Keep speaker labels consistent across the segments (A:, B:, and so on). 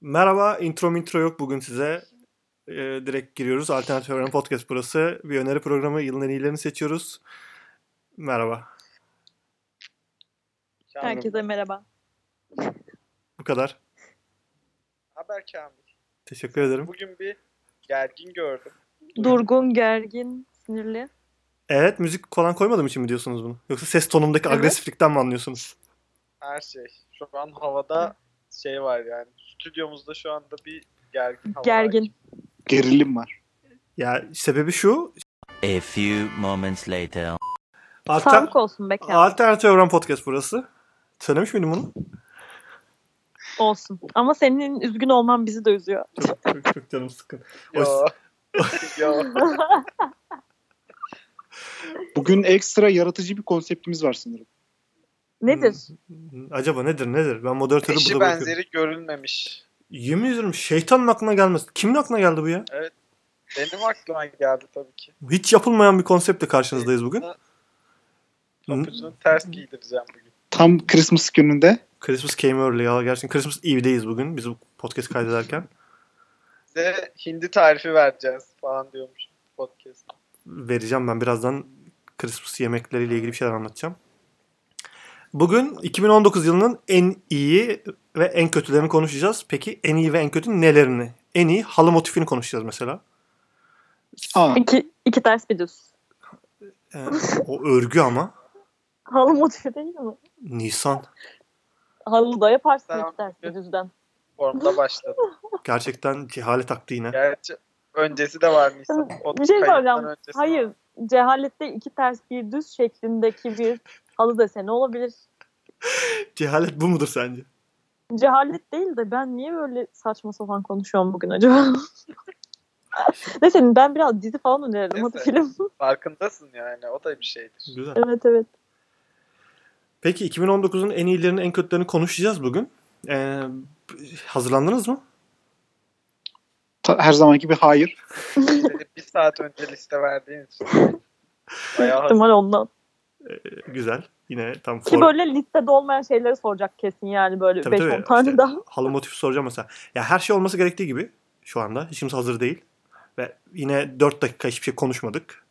A: Merhaba, intro intro yok bugün size. Ee, direkt giriyoruz. Alternatif Öğren Podcast burası. Bir öneri programı, yılın en iyilerini seçiyoruz. Merhaba.
B: Kamil.
C: Herkese merhaba.
A: Bu kadar.
B: Haber Kamil.
A: Teşekkür ederim.
B: Bugün bir gergin gördüm.
C: Durgun, gergin, sinirli.
A: Evet, müzik falan koymadığım için mi diyorsunuz bunu? Yoksa ses tonumdaki
C: Evet.
A: agresiflikten mi anlıyorsunuz?
B: Her şey. Şu an havada şey var yani. Stüdyomuzda şu anda bir gergin hava
C: Gergin.
B: hakim.
D: Gerilim var.
A: Ya sebebi şu.
E: A few moments later.
A: Alter...
C: Sağlık olsun be Kamil.
A: Alternatif Öğren Podcast burası. Söylemiş miydim bunu?
C: olsun. Ama senin üzgün olman bizi de üzüyor.
A: Çok, çok, çok canım sıkkın.
B: Yo. Yo.
D: Bugün ekstra yaratıcı bir konseptimiz var sanırım.
C: Nedir?
A: Hmm, Acaba nedir nedir? Ben moderatörü
B: Eşi
A: burada bırakıyorum.
B: benzeri görülmemiş.
A: Yemin ediyorum şeytanın aklına gelmez. Kimin aklına geldi bu ya?
B: Benim aklıma geldi tabii ki.
A: Hiç yapılmayan bir konseptle karşınızdayız bugün.
B: Topucunu ters giydireceğim bugün.
D: Tam Christmas gününde
A: Christmas came early ya. Gerçekten Christmas Eve'deyiz bugün. Biz bu podcast kaydederken.
B: Size hindi tarifi vereceğiz falan diyormuş podcast.
A: Vereceğim ben birazdan Christmas yemekleriyle ilgili bir şeyler anlatacağım. Bugün 2019 yılının en iyi ve en kötülerini konuşacağız. Peki en iyi ve en kötü nelerini? En iyi halı motifini konuşacağız mesela.
D: Aa,
C: İki, iki ters bir düz.
A: Ee, o örgü ama.
C: Halı motifi değil mi?
A: Nisan.
C: Halı da yaparsın
B: Tamam.
C: iki ters bir düzden.
B: Formda başladı.
A: Gerçekten cehalet aktı yine.
B: Gerçi öncesi de var Nisan. O
C: Bir şey
B: kayıttan
C: soracağım.
B: öncesi var.
C: Hayır. Cehalette iki ters bir düz şeklindeki bir halı deseni olabilir.
A: Cehalet bu mudur sence?
C: Cehalet değil de ben niye böyle saçma sapan konuşuyorum bugün acaba? Neyse ben biraz dizi falan öneririm. Hadi
B: Neyse.
C: film.
B: Farkındasın yani. O da bir şeydir.
A: Güzel.
C: evet evet.
A: Peki 2019'un en iyilerini en kötülerini konuşacağız bugün. Ee, hazırlandınız mı?
D: ta- her zamanki bir hayır.
B: Dedi, bir saat önce liste verdiğin için. Bayağı hazır.
C: İhtimal ondan.
A: Güzel. Yine tam
C: Ki
A: for-
C: böyle listede olmayan şeyleri soracak kesin yani böyle
A: Tabii
C: 5-10
A: tabii.
C: tane
A: İşte
C: daha.
A: halı motifi soracağım mesela. Ya her şey olması gerektiği gibi şu anda. Hiç kimse hazır değil. Ve yine 4 dakika hiçbir şey konuşmadık.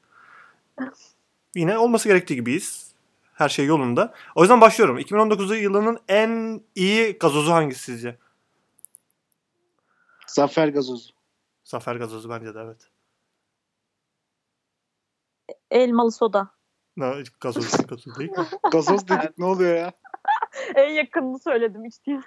A: Yine olması gerektiği gibiyiz. Her şey yolunda. O yüzden başlıyorum. 2019 yılının en iyi gazozu hangisi sizce?
D: Zafer gazozu.
A: Zafer gazozu bence de evet.
C: Elmalı soda.
A: Na, gazoz, gazoz değil.
D: Gazoz dedik ne oluyor ya?
C: En yakınını söyledim içtiğim.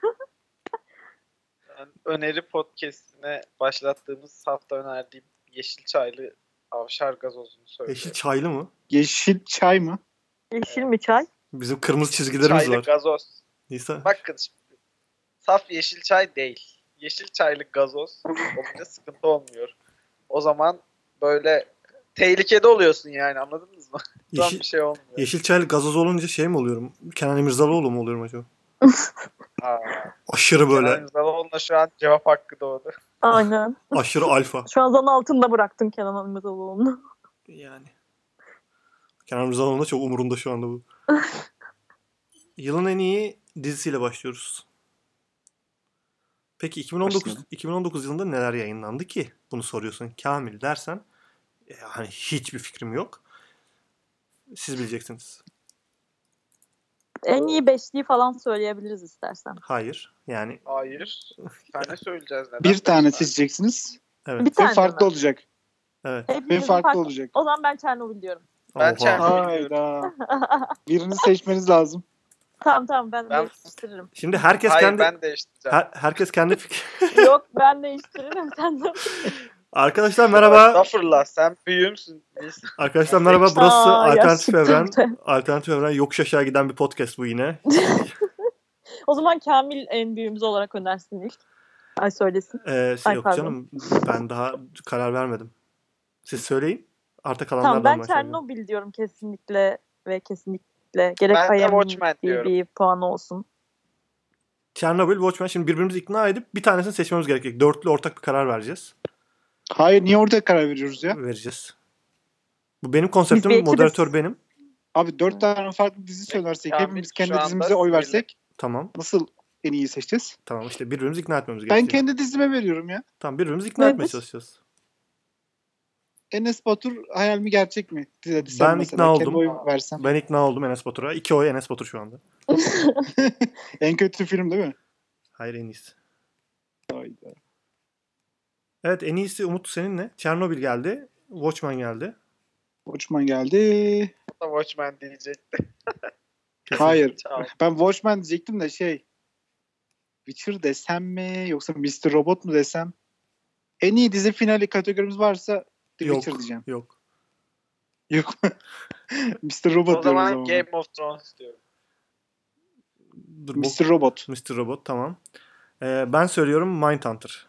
B: Ben öneri podcastine başlattığımız hafta önerdiğim yeşil çaylı avşar gazozunu söylüyorum.
A: Yeşil çaylı mı?
D: Yeşil çay mı?
C: Yeşil mi çay?
A: Bizim kırmızı çizgilerimiz
B: çaylı
A: var.
B: gazoz.
A: Nisa.
B: Bakın şimdi. Saf yeşil çay değil. Yeşil çaylı gazoz olunca sıkıntı olmuyor. O zaman böyle tehlikede oluyorsun yani anladınız mı? Tam
A: Yeşil,
B: bir şey olmuyor.
A: yeşil çaylı gazoz olunca şey mi oluyorum? Kenan İmirzalıoğlu mu oluyorum acaba?
B: Aa,
A: Aşırı
B: Kenan
A: böyle.
B: İmirzalıoğlu'na şu an cevap hakkı doğdu.
C: Aynen.
A: aşırı alfa.
C: Şu an zan altında bıraktın Kenan İmirzalıoğlu'nu.
A: Yani. Kenan Rıza'nın da çok umurunda şu anda bu. Yılın en iyi dizisiyle başlıyoruz. Peki 2019
D: Başlayalım.
A: 2019 yılında neler yayınlandı ki? Bunu soruyorsun Kamil dersen e, hani hiçbir fikrim yok. Siz bileceksiniz.
C: En iyi beşliği falan söyleyebiliriz istersen.
A: Hayır. Yani
B: Hayır. Bir tane söyleyeceğiz neden?
D: Bir tane
B: Beş
D: seçeceksiniz
A: evet.
C: Bir
D: ve
C: tane
D: farklı
C: mi?
D: olacak.
A: Evet.
D: Ve
C: Hepimizin
D: farklı olacak.
C: O zaman ben Çernobil diyorum.
B: Ben şey
A: Oha.
B: Çernobil-
D: Hayda. Birini seçmeniz lazım.
C: Tamam tamam ben,
B: Ben-
C: değiştiririm.
A: Şimdi herkes
B: Hayır
A: kendi
B: ben değiştireceğim.
A: her- herkes kendi fikir.
C: Yok ben değiştiririm sen de.
A: Arkadaşlar merhaba.
B: Estağfurullah sen büyüğümsün. Neyse.
A: Arkadaşlar merhaba. Burası
C: Aa,
A: Alternatif Evren.
C: yaşlıktım de.
A: Alternatif Evren yokuş aşağı giden bir podcast bu yine.
C: O zaman Kamil en büyüğümüz olarak önersin ilk. Ay söylesin.
A: Ee, şey
C: Ay,
A: yok
C: pardon.
A: canım ben daha karar vermedim. Siz söyleyin. Arta kalanlardan
C: Tamam ben
A: başlayalım.
C: Çernobil diyorum kesinlikle ve kesinlikle. Gerek
B: Ben de Watchmen
C: IMDb
B: diyorum.
C: bir puanı olsun.
A: Chernobyl, Watchmen. Şimdi birbirimizi ikna edip bir tanesini seçmemiz gerekecek. Dörtlü ortak bir karar vereceğiz.
D: Hayır niye orada karar veriyoruz ya?
A: Vereceğiz. Bu benim
C: Biz bir
A: konseptim.
C: ekibiz.
A: Moderatör benim.
D: Abi dört tane farklı dizi söylersek
B: Kamil
D: hepimiz
B: şu
D: kendi
B: anda
D: dizimize oy
B: sinirli.
D: versek
A: Tamam.
D: nasıl en iyi seçeceğiz.
A: Tamam işte birbirimizi ikna etmemiz
D: Ben
A: gerekiyor.
D: kendi dizime veriyorum ya.
A: Tamam birbirimizi ikna
C: Nedir?
A: etmeye çalışacağız.
D: Enes Batur hayal mi gerçek mi? Dize
A: Ben ikna oldum.
D: Oyun versem.
A: Ben ikna oldum Enes Batur'a. İki oy Enes Batur şu anda.
D: En kötü film değil mi?
A: Hayır en iyisi.
D: Hayda.
A: Evet en iyisi Umut seninle. Çernobil geldi. Watchmen geldi.
D: Watchmen geldi.
B: Da Watchmen diyecek.
D: Hayır.
B: Çağ-
D: Ben Watchmen diyecektim de şey. Witcher desem mi yoksa Mr. Robot mu desem? En iyi dizi finali kategorimiz varsa The
A: Yok.
D: Witcher diyeceğim.
A: Yok.
D: Yok. Mr. Robot
B: O
D: diyorum o
B: zaman
D: zaman.
B: Game of Thrones diyorum.
A: Dur, bu-
D: Mr. Robot.
A: Mr. Robot tamam. Ee, ben söylüyorum Mindhunter.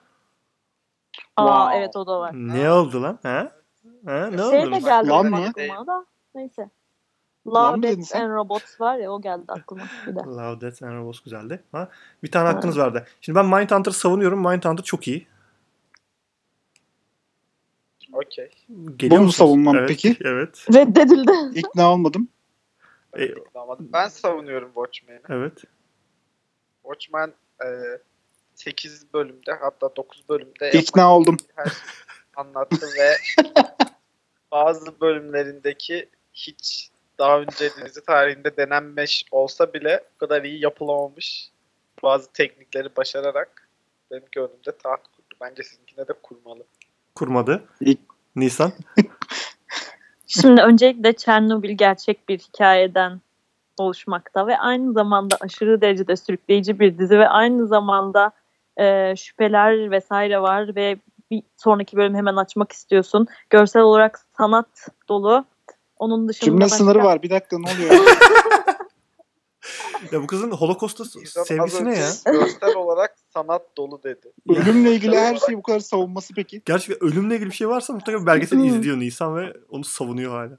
C: Aa
D: Wow.
C: evet o da var.
A: Ne oldu lan? Ha? Ha, ne
C: şey
A: oldu?
C: de geldi
D: Lan
C: benim
D: mı?
C: aklıma da. Neyse.
D: Lan mı
C: Love,
D: dedin
C: Death
D: sen?
C: and Robots var ya o geldi aklıma bir de.
A: Love Death and Robots güzeldi. Ha? Bir tane hakkınız vardı. Şimdi ben Mindhunter'ı savunuyorum. Mindhunter çok iyi.
B: Okey.
A: Geliyor
D: Bu mu
A: musunuz?
D: savunmam
A: evet,
D: peki?
A: Evet.
C: Reddedildi.
D: İkna olmadım.
A: E-
B: şey Ben savunuyorum Watchmen'i.
A: Evet.
B: Watchmen e, 8 bölümde hatta 9 bölümde
D: İkna oldum.
B: her şeyi anlattı ve bazı bölümlerindeki hiç daha önce dizi tarihinde denenmiş olsa bile bu kadar iyi yapılamamış bazı teknikleri başararak benim gönlümde taht kurdu. Bence sizinkine de kurmalı.
A: Kurmadı.
D: İlk-
A: Nisan.
C: Şimdi öncelikle Çernobil gerçek bir hikayeden oluşmakta ve aynı zamanda aşırı derecede sürükleyici bir dizi ve aynı zamanda e, şüpheler vesaire var ve bir sonraki bölümü hemen açmak istiyorsun. Görsel olarak sanat dolu. Onun dışında
D: Cümle
C: başka-
D: sınırı var. Bir dakika ne oluyor?
A: Ya bu kızın Holocaust'u
B: İnsan
A: sevgisi
B: az
A: ne
B: önce
A: ya?
B: Görsel olarak sanat dolu dedi.
D: Ölümle ilgili her şeyi bu kadar savunması peki.
A: Gerçi ölümle ilgili bir şey varsa mutlaka bir belgesel
C: Hmm.
A: izliyor Nisan ve onu savunuyor hala.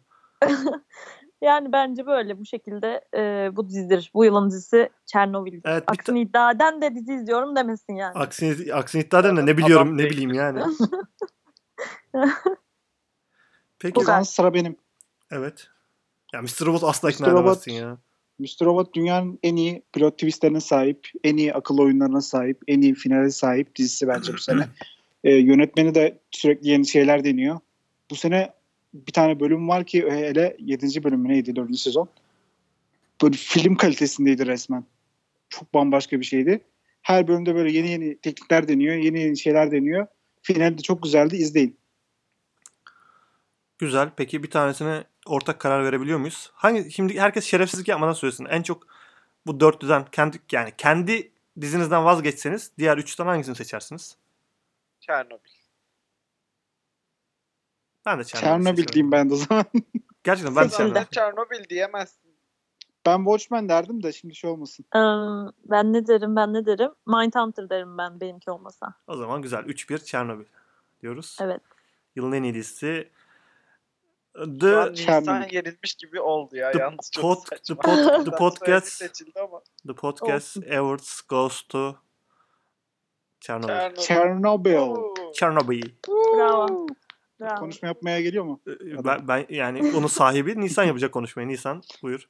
C: Yani bence böyle bu şekilde e, bu dizidir. Bu yılın dizisi Çernobil.
A: Evet, bir ta-
C: Aksini iddia eden de dizi izliyorum demesin yani.
A: aksini, aksini iddia eden de ne biliyorum ne bileyim yani. Peki.
D: O zaman sıra benim.
A: Evet. Ya Mr. Robot asla ikna
D: Mr. Robot-
A: edemezsin ya.
D: Mr. Robot dünyanın en iyi plot twistlerine sahip, en iyi akıl oyunlarına sahip, en iyi finale sahip dizisi bence bu sene. Ee, yönetmeni de sürekli yeni şeyler deniyor. Bu sene bir tane bölüm var ki hele 7. bölümü neydi 4. sezon. Böyle film kalitesindeydi resmen. Çok bambaşka bir şeydi. Her bölümde böyle yeni yeni teknikler deniyor, yeni yeni şeyler deniyor. Finalde çok güzeldi izleyin.
A: Güzel. Peki bir tanesine ortak karar verebiliyor muyuz? Hangi şimdi herkes şerefsizlik yapmadan söylesin. En çok bu dörtlüden kendi yani kendi dizinizden vazgeçseniz diğer üçten hangisini seçersiniz?
B: Çernobil.
A: Ben de Çernobil.
D: Çernobil
A: seçiyorum.
D: diyeyim ben de o zaman.
A: Gerçekten ben de
C: Seçildi.
A: Çernobil.
B: Sen Çernobil diyemezsin.
D: Ben Watchmen derdim de şimdi şey olmasın.
C: Ee, ben ne derim ben ne derim? Mindhunter derim ben benimki olmasa.
A: O zaman güzel. 3-1 Çernobil diyoruz.
C: Evet.
A: Yılın en iyi dizisi
B: Şu
A: The,
B: an Nisan
D: Çernobil.
B: yenilmiş gibi oldu ya.
A: The
B: Yalnız çok
A: pod-
B: saçma.
A: the pod- the
B: Ben
A: podcast-
B: söyledi, seçildi ama.
A: the Podcast Awards Goes to Çernobil.
B: Çernobil.
D: Chernobyl.
B: Oo.
A: Çernobil.
C: Bravo. Bravo.
D: Konuşma yapmaya geliyor mu?
A: Ee, Ben, ben yani onun sahibi Nisan yapacak konuşmayı. Nisan buyur.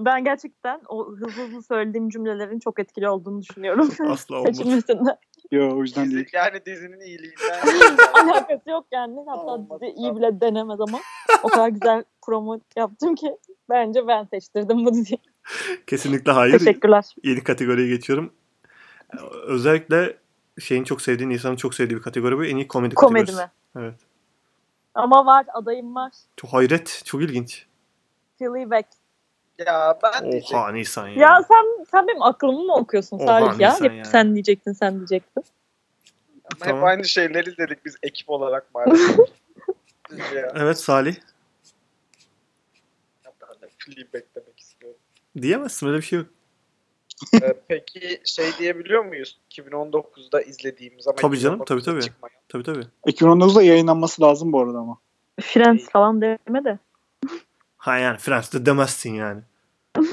C: ben gerçekten o hızlı hızlı söylediğim cümlelerin çok etkili olduğunu düşünüyorum.
A: Asla olmaz.
C: Seçilmesinde.
D: Yo o yüzden
B: Dizi-
D: değil.
B: yani dizinin iyiliğinden.
C: Alakası yok yani.
B: Olmaz,
C: Hatta dizi iyi
B: tamam.
C: bile denemez ama o kadar güzel promo yaptım ki bence ben seçtirdim bu diziyi.
A: Kesinlikle hayır.
C: Teşekkürler.
A: Yeni kategoriye geçiyorum. Ee, Özellikle şeyin çok sevdiği, Nisan'ın çok sevdiği bir kategori bu. En iyi komedi,
C: Komedi
A: kategorisi.
C: mi?
A: Evet.
C: Ama var adayım var.
A: Çok hayret. Çok ilginç.
C: Fleabag.
B: ya ben diyecektim.
A: Oha Nisan ya.
C: Ya sen sen benim aklımı mı okuyorsun
A: Hmm. Oha,
C: Salih ya?
A: insan
C: Hep
A: ya.
C: sen diyecektin sen diyecektin.
B: Ama
A: Tamam.
B: Hep aynı şeyleri dedik biz ekip olarak maalesef. Biz ya,
A: Evet Salih.
B: ben de Fleabag demek istiyorum.
A: Diyemezsin öyle bir şey yok.
B: Ee, peki şey diyebiliyor muyuz? 2019'da izlediğimiz ama
A: Tabii canım,
B: 2019'da
A: tabii, tabii.
B: çıkmayan.
A: Tabii tabii.
D: 2019'da yayınlanması lazım bu arada ama.
C: Friends falan deme de.
A: Ha yani Fransız'da demezsin yani.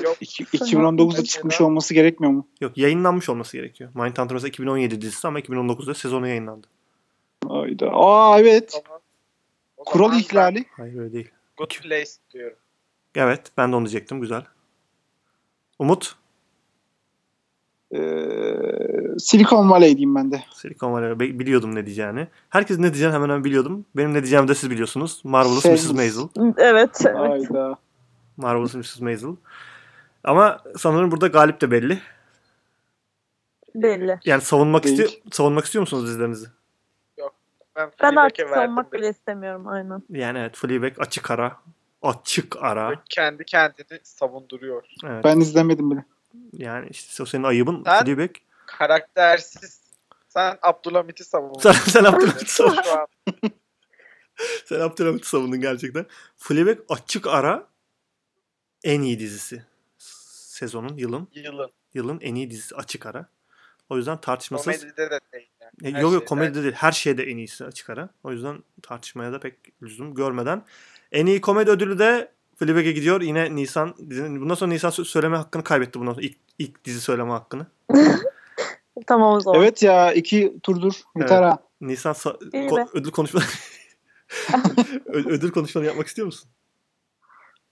B: Yok
D: İki- 2019'da çıkmış olması gerekmiyor mu?
A: Yok yayınlanmış olması gerekiyor. Mindhunter mesela 2017 dizisi ama 2019'da sezonu yayınlandı.
D: Hayda. Aa evet.
B: o zaman. O
D: Kural
B: zaman
D: ihlali.
A: Hayır öyle değil.
B: ben Good Place diyorum.
A: Evet ben de onu diyecektim güzel. Umut
D: Ee, Silicon Valley diyeyim ben de.
A: Silikon Valley Be- biliyordum ne diyeceğini. Herkes ne diyeceğini hemen hemen biliyordum. Benim ne diyeceğimi de siz biliyorsunuz. Marvelous
D: Sevmiş.
A: Mrs. Maisel.
C: Evet. evet.
D: Hayda.
A: Marvelous Mrs. Maisel. Ama sanırım burada galip de belli.
C: Belli.
A: Yani savunmak
D: Değil.
A: istiyor savunmak istiyor musunuz dizilerinizi?
B: Ben,
C: Ben
B: Fleabag'e
C: artık
B: verdim
C: savunmak
B: de.
C: bile istemiyorum aynen.
A: Yani evet Fleabag açık ara. Açık ara.
B: Kendi kendini savunduruyor.
A: Evet.
D: Ben izlemedim bile.
A: Yani işte o senin ayıbın
B: Ben-
A: Fleabag.
B: Karaktersiz. Sen Abdülhamit'i savundun.
A: Sen, sen Abdülhamit'i savun-
B: Şu an
A: sen Abdülhamit'i savundun gerçekten. Fleabag açık ara en iyi dizisi. Sezonun, yılın,
B: yılın.
A: yılın en iyi dizisi açık ara. O yüzden tartışmasız.
B: Komedide de değil. Yani.
A: Ya,
B: Her
A: yok yok
B: şeyden.
A: komedide değil. Her şeyde en iyisi açık ara. O yüzden tartışmaya da pek lüzum görmeden. En iyi komedi ödülü de Fleabag'e gidiyor. Yine Nisan. Bundan sonra Nisan sö- söyleme hakkını kaybetti bundan sonra. İlk, ilk dizi söyleme hakkını.
C: Tamam o zaman.
D: Evet ya iki turdur. Yeter ha.
A: Nisan sa-
C: İyi
A: ko-
C: be.
A: ödül konuşma Ö- ödül konuşmanı yapmak istiyor musun?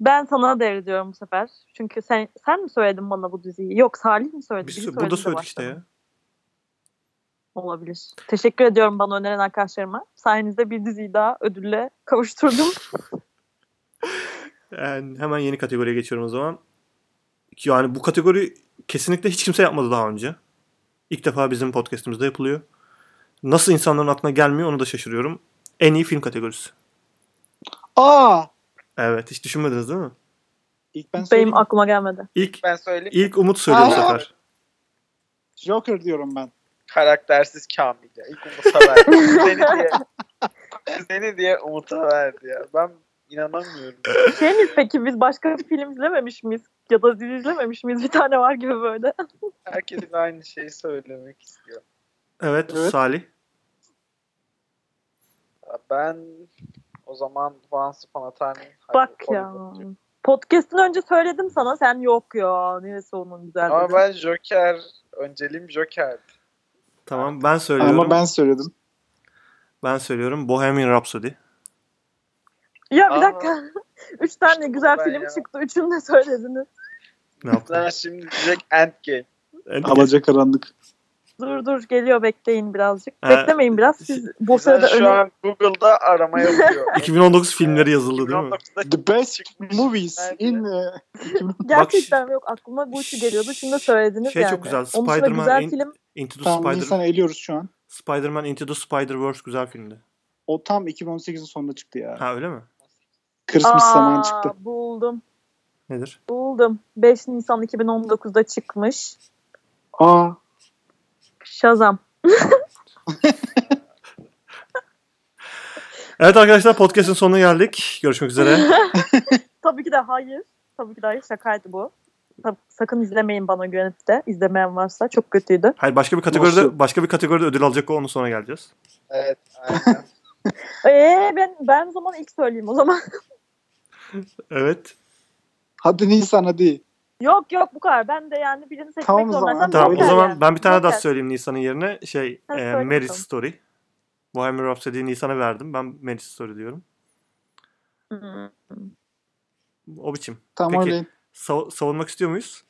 C: Ben sana devrediyorum bu sefer. Çünkü sen sen mi söyledin bana bu diziyi? Yok Salih mi söyledi?
A: Biz
C: Biri
A: sö-
C: söyledi
A: burada
C: de
A: söyledik işte
C: başladı.
A: ya.
C: Olabilir. Teşekkür ediyorum bana öneren arkadaşlarıma. Sayenizde bir diziyi daha ödülle kavuşturdum.
A: Yani hemen yeni kategoriye geçiyorum o zaman. Ki Yani bu kategori kesinlikle hiç kimse yapmadı daha önce. İlk defa bizim podcastimizde yapılıyor. Nasıl insanların aklına gelmiyor onu da şaşırıyorum. En iyi film kategorisi.
D: Aa!
A: Evet hiç düşünmediniz değil mi?
D: İlk ben söyleyeyim.
C: Benim aklıma gelmedi.
A: İlk
B: Ben söyleyeyim.
A: ilk Umut söylüyor bu
D: Aa!
A: sefer.
D: Joker diyorum ben.
B: Karaktersiz Kamil'e. İlk Umut'a verdi. Seni diye. Seni diye Umut'a verdi ya. Ben inanamıyorum.
C: Şey miyiz peki biz başka bir film izlememiş miyiz? Ya da dizi izlememiş miyiz? Bir tane var gibi böyle.
B: Herkesin aynı şeyi söylemek istiyor.
A: Evet,
D: Evet.
A: Salih.
B: Ben o zaman Once Upon a Time in
C: Bak ya.
B: Hollywood diyorum.
C: Podcast'ın önce söyledim sana. Sen yok ya. Neresi onun güzel
B: Ama
C: dedi.
B: ben Joker, önceliğim Joker'di.
A: Tamam ben söylüyorum.
D: Ama ben söyledim.
A: Ben söylüyorum Bohemian Rhapsody.
C: Ya bir
B: Aa.
C: dakika. Üç tane
B: İşte
C: güzel
B: ben
C: film
B: ya.
C: çıktı. Üçünü de söylediniz.
A: Ne yaptın? E,
B: Ben şimdi diyecek Endgame.
D: Alaca karanlık.
C: Dur dur geliyor bekleyin birazcık.
A: Ee,
C: Beklemeyin biraz. Siz
B: Bizden
C: bu sırada
B: şu
C: öne-
B: an Google'da arama yapıyor.
A: 2019 filmleri yazıldı değil mi?
B: 2019'da
D: The best
B: Çıkmış.
D: movies
B: Bence.
D: in eh,
C: Gerçekten yok aklıma bu üçü geliyordu. Şimdi de söylediniz
A: Şey
C: yani.
A: çok güzel,
C: Onun dışında
A: Spider-Man
C: güzel
A: en-
C: film
A: Into the
D: Tamam
A: Spider
D: Nisan'ı eliyoruz şu an.
A: Spider-Man Into the Spider-Verse güzel filmdi.
D: O tam 2018'in sonunda çıktı ya.
A: Ha öyle mi?
D: Christmas
C: Aa,
D: zamanı çıktı.
C: Buldum.
A: Nedir?
C: Buldum. 5 Nisan 2019'da çıkmış.
D: Aa!
C: Shazam.
A: Evet arkadaşlar podcast'in sonuna geldik. Görüşmek üzere.
C: Tabii ki de hayır. Tabii ki de hayır. Şakaydı bu. Tab- Sakın izlemeyin bana güvenip de. İzlemeyen varsa çok kötüydü.
A: Hayır başka bir kategoride
D: Nasıl?
A: başka bir kategoride ödül alacak o onun sonra geleceğiz.
B: evet, aynen.
C: Ee ben ben o zaman ilk söyleyeyim o zaman.
A: Evet.
D: Hadi Nisan hadi.
C: yok yok bu kadar. Ben de yani birini seçmek
D: Tamam o zaman.
C: zorundaysam
A: Tamam
C: Joker
A: o zaman
C: yani.
A: ben bir tane daha
C: Joker.
A: söyleyeyim Nisan'ın yerine. Şey,
C: Ha,
A: e,
C: söyle
A: Marriage
C: bakalım.
A: Story. Bohemian Rhapsody'yi Nisan'a verdim. Ben Marriage Story diyorum.
C: Hı.
A: O biçim.
D: Tamam
A: Peki.
D: öyle.
A: Sa- savunmak istiyor muyuz?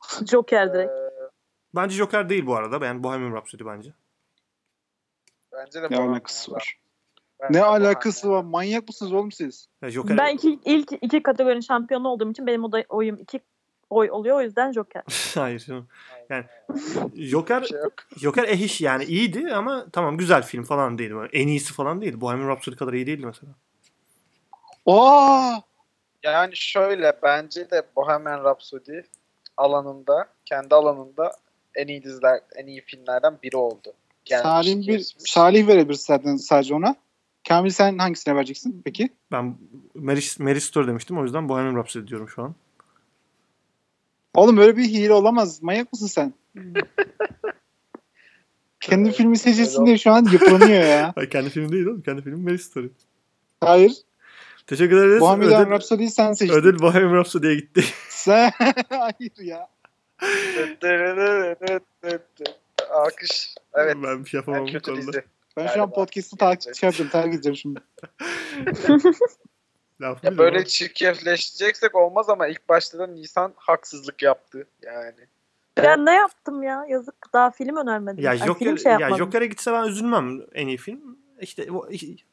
C: Hmm, Joker direkt.
B: Ee,
A: Bence Joker değil bu arada. Ben Bohemian Rhapsody bence.
B: bence de
D: Ne
B: Bohemian
D: alakası
B: var.
D: var?
B: Bence
D: Ne
B: de
D: alakası
B: Bohemian.
D: var? Manyak mısınız oğlum siz?
A: Ya Joker
C: Ben iki, ilk iki kategorinin şampiyonu olduğum için benim oday, oyum iki oy oluyor. O yüzden Joker.
A: hayır. canım.
B: Aynen.
A: Yani Joker
B: Bir şey yok.
A: Joker ehiş yani iyiydi ama tamam güzel film falan değildi. Böyle En iyisi falan değildi. Bohemian Rhapsody kadar iyi değildi mesela.
D: Aa!
B: Yani şöyle bence de Bohemian Rhapsody alanında, kendi alanında en iyi diziler, en iyi filmlerden biri oldu. Gelmiş,
D: Salih bir
B: geçmiş.
D: Salih verebiliriz zaten sadece ona. Kamil sen hangisine vereceksin peki?
A: Ben Mary, Mary Story demiştim o yüzden Bohemian Rhapsody diyorum şu an.
D: Oğlum böyle bir hile olamaz. Manyak mısın sen? Kendi filmi seçilsin diye şu an yıpranıyor ya.
A: Hayır kendi filmi değil oğlum. Kendi filmi Mary Story.
D: Hayır.
A: Teşekkür ederiz.
D: Bohemian
A: ödül,
D: Rhapsody'yi sen seçtin.
A: ödül Bohemian Rhapsody'ye gitti.
D: Sen... Hayır ya.
B: Alkış. Evet.
A: ben bir şey
B: En
A: yapamam bu
B: kötü
A: konuda.
B: dizi.
D: Ben şu
B: Galiba.
D: an podcast'ı takip şey yapacağım. Takip edeceğim şimdi.
A: Lafı
B: Ya
A: biliyorum
B: böyle
A: ama.
B: çirkefleşeceksek olmaz ama ilk başta da Nisan haksızlık yaptı yani.
C: Ben ne yaptım ya? Yazık daha film önermedim.
A: Ya
C: Ay,
A: Joker,
C: film şey
A: ya
C: yapmadım.
A: Joker'e gitse ben üzülmem en iyi film. İşte bu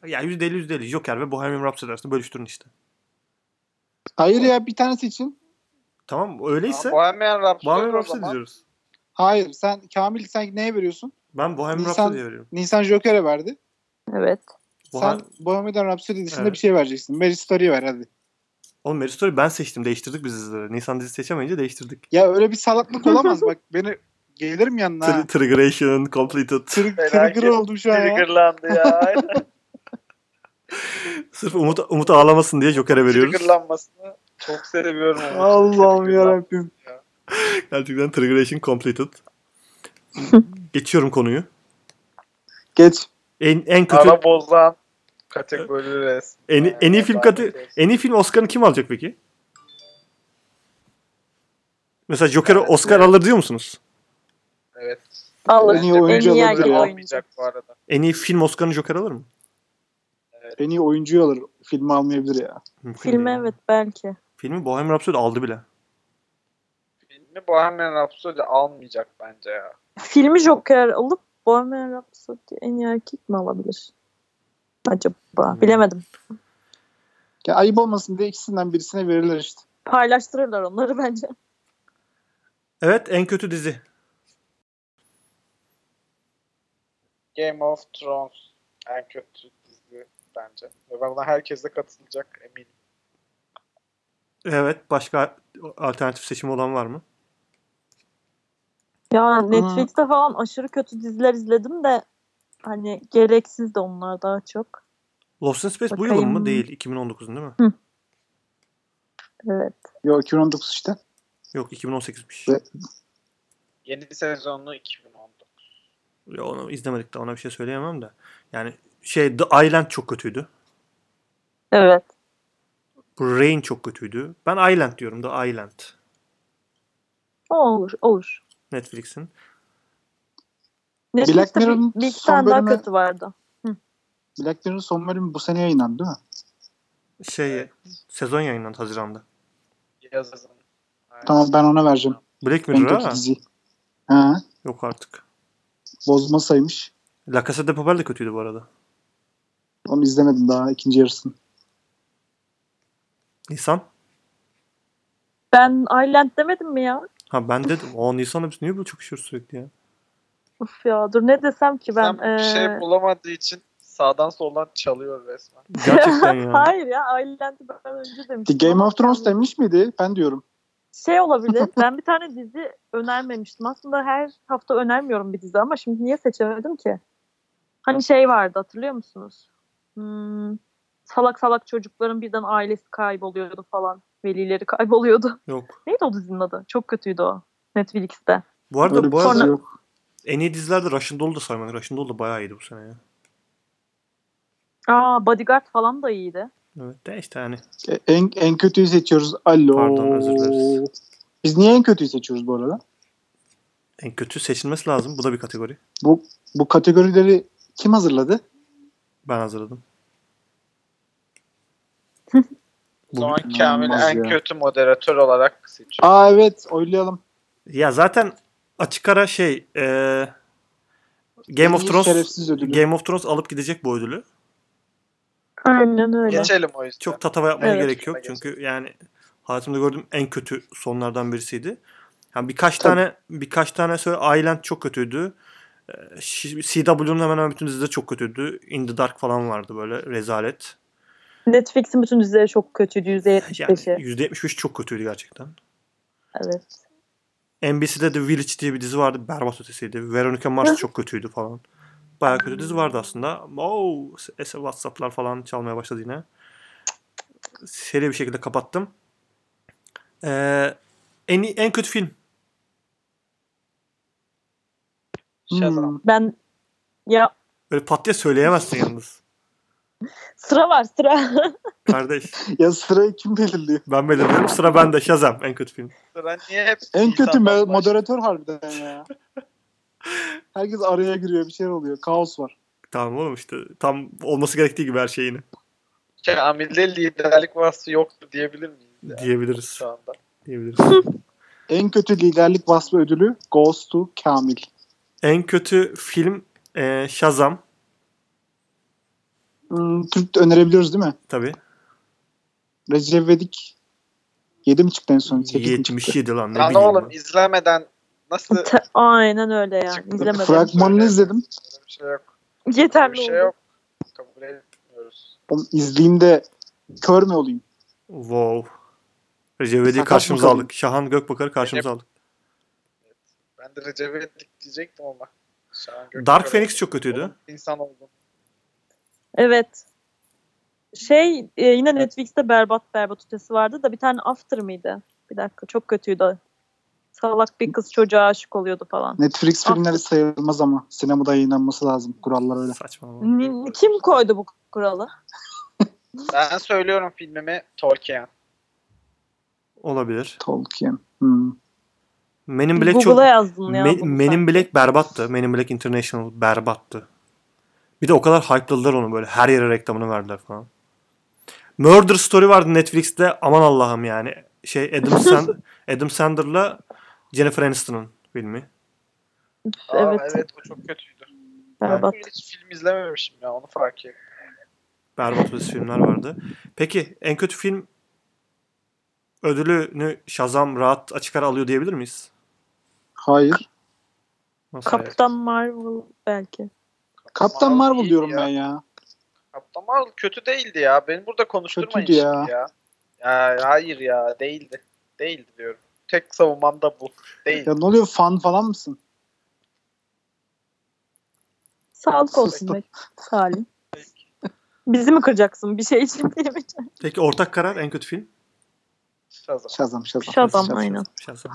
A: ya yüzde elli yüzde elli Joker ve Bohemian Rhapsody arasında bölüştürün işte.
D: Hayır ya bir tanesi için.
A: Tamam öyleyse
B: Bohemian Rhapsody,
A: Bohemian
B: o
A: Rhapsody
B: zaman.
A: diyoruz.
D: Hayır sen Kamil sen neye veriyorsun?
A: Ben Bohemian
D: Nisan-
A: Rhapsody'ye veriyorum.
D: Nisan Joker'e verdi.
C: Evet.
A: Bohem...
D: Sen Bohemian Rhapsody dışında
A: Evet.
D: bir şey vereceksin. Mary Story'e ver hadi.
A: Oğlum Mary Story ben seçtim. Değiştirdik biz dizileri. Nisan dizi seçemeyince değiştirdik.
D: Ya öyle bir salaklık olamaz bak. Beni gelirim yanına. ha.
A: Tr- Triggeration completed.
D: Tır,
B: Felaket.
D: trigger oldum şu an ya.
B: Triggerlandı ya.
A: Sırf Umut, Umut ağlamasın diye Joker'e veriyoruz.
B: Triggerlanmasını çok seviyorum. ama.
D: Allah'ım yarabbim.
A: Gerçekten Triggeration completed. Geçiyorum konuyu.
D: Geç.
A: En, en kötü,
B: Ara bozan kategori resmi.
A: en, en iyi
B: Yani şey,
A: film
B: ben
A: katı,
B: bakıyorsun.
A: en iyi film Oscar'ını kim alacak peki? Mesela Joker'e Oscar alır diyor musunuz?
B: Evet.
C: Alır.
D: En iyi oyuncu
C: en iyi
D: olabilir
C: erkek
D: ya.
C: oyuncu.
B: Olmayacak bu arada.
A: En iyi film Oscar'ını Joker alır mı?
D: En iyi oyuncuyu alır. Filmi almayabilir ya.
A: Mümkün
C: Filme
A: değil.
C: evet belki.
A: Filmi Bohemian Rhapsody aldı bile.
B: Filmi Bohemian Rhapsody almayacak bence ya.
C: Filmi Joker alıp Bohemian Rhapsody en iyi erkek mi alabilir? Acaba.
A: Hmm.
C: Bilemedim.
D: ya. Ayıp olmasın diye ikisinden birisine verirler işte.
C: Paylaştırırlar onları bence.
A: Evet en kötü dizi.
B: Game of Thrones en kötü dizi bence. Ve ben buna herkes de katılacak eminim.
A: Evet başka alternatif seçim olan var mı?
C: Ya Netflix'te falan aşırı kötü diziler izledim de hani gereksiz de onlar daha çok.
A: Lost in Space bu
C: Bakayım.
A: yılın mı? Değil. 2019'un değil mi?
C: Evet.
D: Yo 2019 işte.
A: Yok 2018'miş.
B: Yeni sezonlu 2010'da.
A: Ya onu izlemedik de ona bir şey söyleyemem de. Yani şey The Island çok kötüydü.
C: Evet.
A: Bu Rain çok kötüydü. Ben Island diyorum The Island.
C: O olur. Olur.
A: Netflix'in.
C: Netflix'te bir,
D: Mirror'ın
C: bir
D: son
C: tane daha
D: bölümü-
C: kötü vardı.
D: Black Mirror'ın son bölümü bu sene yayınlandı değil mi?
A: Şey sezon yayınlandı Haziran'da.
B: Yazın. Aynen.
D: Tamam ben ona vereceğim.
A: Black
D: En
A: Mirror
D: kötü
A: ha?
D: dizi. Ha,
A: Yok artık.
D: bozma saymış.
A: La Casa de Papel de kötüydü bu arada.
D: Onu izlemedim daha ikinci yarısını.
A: Nisan.
C: Ben Island demedim mi ya?
A: Ha ben dedim. O Nisan'da biz niye bu çakışıyoruz sürekli ya?
C: Uf ya dur ne desem ki ben. ee, e,
B: Sen bir şey
C: eee,
B: bulamadığı için sağdan soldan çalıyor resmen.
A: Gerçekten ya.
C: Hayır ya Island'i ben önce
D: The
C: demiştim.
D: Game of Thrones
C: Yani
D: demiş miydi? Ben diyorum.
C: Şey olabilir. ben bir tane dizi önermemiştim. Aslında her hafta önermiyorum bir dizi ama şimdi niye seçemedim ki? Hani şey vardı hatırlıyor musunuz? Hmm, salak salak çocukların birden ailesi kayboluyordu falan. Velileri kayboluyordu.
A: Yok.
C: Neydi o dizinin adı? Çok kötüydü o. Netflix'te.
A: Bu arada bu
D: Öyle bir dizi
A: arada
D: yok.
A: en iyi dizilerde Russian Doll'u da saymadık. Russian Doll da bayağı iyiydi bu sene ya.
C: Aa Bodyguard falan da iyiydi.
A: Evet de işte hani
D: E, En, en kötüyü seçiyoruz. Alo.
A: Pardon, özür dileriz.
D: Biz niye en kötüyü seçiyoruz bu arada?
A: en kötü seçilmesi lazım. Bu da bir kategori.
D: Bu, bu kategorileri kim hazırladı?
A: Ben hazırladım.
B: O zaman
D: Bu-
B: Kamil
D: İnanılmaz
B: en
D: ya.
B: kötü moderatör olarak seçiyor.
D: Aa evet oylayalım.
A: Ya zaten açık ara şey e, Game of
D: İyi
A: Thrones
D: Şerefsiz ödülü.
A: Game of Thrones alıp gidecek bu ödülü.
C: Aynen öyle.
B: Geçelim o yüzden.
A: Çok tatava yapmaya
C: Evet.
A: gerek yok. Çünkü yani hayatımda gördüğüm en kötü sonlardan birisiydi. Yani birkaç
D: Tabii.
A: tane birkaç tane söyle Island çok kötüydü. E, Ş- CW'nun hemen hemen bütün dizileri çok kötüydü. In the Dark falan vardı böyle rezalet.
C: Netflix'in bütün dizileri çok kötüydü.
A: Yani
C: %75'i.
A: %73 çok kötüydü gerçekten.
C: Evet.
A: NBC'de The Village diye bir dizi vardı. Berbat ötesiydi. Veronica Mars çok kötüydü falan. Bayağı kötü dizi vardı aslında. Oo, S- WhatsApp'lar falan çalmaya başladı yine. Seri bir şekilde kapattım. Ee, en, iyi- en kötü film.
B: Shazam. Şey
D: Hmm.
C: Ben ya
A: Böyle pat diye söyleyemezsin yalnız.
C: sıra var sıra.
A: Kardeş
D: Ya sırayı kim belirliyor?
A: ben belirliyorum. Sıra bende. Shazam en kötü film.
B: Sıra niye hep
D: En kötü
B: insandan
D: me-
B: başlıyor?
D: moderatör harbiden ya. Herkes araya giriyor bir şeyler oluyor. Kaos var.
A: Tamam oğlum işte. Tam olması gerektiği gibi her şey şeyini
B: şey- Kamil'de liderlik vasfı yoktu diyebilir miyiz ya
A: diyebiliriz.
B: şu anda?
A: diyebiliriz.
D: En kötü liderlik vasfı ödülü Goes to Kamil.
A: En kötü film e, Shazam
D: Hmm, Türk de önerebiliyoruz değil mi?
A: tabii.
D: Recep İvedik 7 mi çıktı en son? 8 mi çıktı?
A: 77 lan ne
B: Lan
A: bileyim.
B: oğlum
A: ben.
B: izlemeden nasıl
C: Ta- Aynen öyle yani.
B: Çıktı.
C: İzlemedim.
D: Fragmanını izledim.
B: bir şey yok.
C: Yeterli
B: Bir şey
C: oldu.
B: yok. Kabul etmiyoruz.
D: Oğlum izleyeyim de kör mü olayım?
A: Wow. Recep İvedik'i
D: Sakat
A: karşımıza
D: mı kaldı?
A: aldık. Şahan Gökbakar'ı karşımıza aldık.
B: Ben de Recep İvedik diyecektim ama. Şu an Gökçe
A: Dark
B: öyle.
A: Phoenix çok kötüydü.
B: Oğlum, İnsan oldum.
C: Evet. Şey e, yine Netflix'te berbat berbat ötesi vardı da bir tane After mıydı? Bir dakika çok kötüydü. Salak bir kız çocuğa aşık oluyordu falan.
D: Netflix
C: Ah.
D: filmleri sayılmaz ama sinemada yayınlanması lazım. Kurallar öyle.
A: Saçmalama.
C: Ni- Kim koydu bu kuralı?
B: Ben söylüyorum filmimi Tolkien.
A: Olabilir.
D: Tolkien. Hmm.
A: Men in Black çok
C: Google'a yazdın ya.
A: Me-
C: bunu
A: Men in
C: sen.
A: Black berbattı. Men in Black International berbattı. Bir de o kadar hype'ladılar onu böyle. Her yere reklamını verdiler falan. Murder Story vardı Netflix'te. Aman Allah'ım yani. Şey Adam, Sand- Adam Sandler'la Jennifer Aniston'un filmi.
B: Aa,
C: Evet.
B: evet. o çok kötüydü.
C: Berbat.
B: Ben hiç film izlememişim ya onu fark ettim.
A: Berbat ötesi filmler vardı. Peki en kötü film ödülünü Shazam rahat açık ara alıyor diyebilir miyiz?
D: Hayır.
A: Nasıl?
C: Kaptan Marvel belki.
D: Kaptan Marvel
B: iyiydi
D: diyorum
B: ya.
D: ben ya.
B: Kaptan Marvel kötü değildi ya. Beni burada konuşturmayın
D: Kötüydü ya.
B: şimdi ya. ya. Hayır ya değildi. Değildi diyorum. Tek savunmam da bu. Değil.
D: Ya ne oluyor fan falan mısın?
C: Sağlık olsun
D: Sustum.
C: be Salim. Bizi mi kıracaksın? Bir şey için diyemeyeceğim.
A: Peki ortak karar en kötü film?
B: Şazam.
D: Şazam şazam.
C: Şazam aynen.
A: Shazam.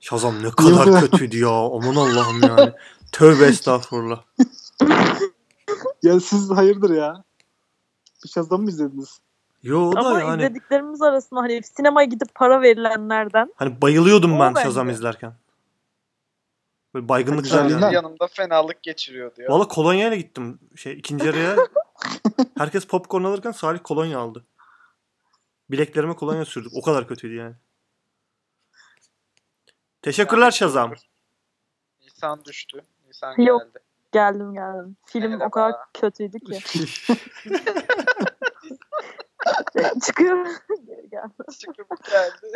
A: Shazam ne
D: Niye bu
A: kadar
D: kadar-
A: kötüydü ya. Aman Allah'ım yani. Tövbe estağfurullah.
D: Ya siz hayırdır ya? Bir Şazam mı izlediniz?
A: Yo da
C: Ama
A: yani.
C: izlediklerimiz arasında hani sinemaya gidip para verilenlerden
A: Hani bayılıyordum
C: O
A: ben
C: bence.
A: Shazam izlerken. Böyle baygınlık
D: Güzelliğinden.
A: güzelliğinden.
B: Yanımda fenalık geçiriyordu ya.
A: Valla kolonyayla gittim. Şey ikinci araya. Herkes popcorn alırken Salih kolonya aldı. Bileklerime kolonya sürdük. O kadar kötüydü yani. Teşekkürler Shazam.
B: Nisan düştü. Nisan
C: Yok.
B: geldi.
C: geldim geldim. Film o
B: Merhaba.
C: kadar kötüydü ki. Çıkıyor. Geri gel.
B: Çıkıp geldi.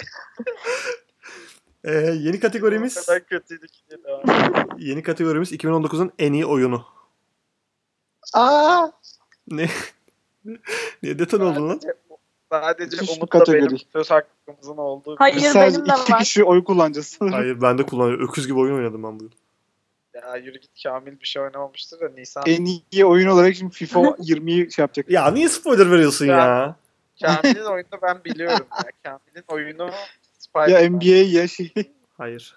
A: Ee, yeni
B: O
A: kategorimiz
B: kadar kötüydü ki. diye devam
A: yeni kategorimiz 2019'un en iyi oyunu.
D: Aa!
A: Niye deton oldun lan?
B: Sadece- Sadece
D: Müthiş bir
B: Umut'la benim
D: kategori.
B: söz hakkımızın olduğu bir- şey.
C: Hayır
D: Biz
C: benim de
D: sadece iki
C: var.
D: kişi oy kullanacağız.
A: Hayır ben de kullanıyorum. Öküz gibi oyun oynadım ben bu yıl.
B: Ya yürü git Kamil bir şey oynamamıştır da Nisan.
D: en iyi oyun olarak şimdi FIFA 20'yi şey yapacak.
A: Ya niye spoiler veriyorsun
B: Ya.
A: ya?
B: Kamil'in oyunu ben biliyorum ya. Kamil'in oyunu
D: Ya
B: Spider-Man.
D: NBA ya şey.
A: Hayır.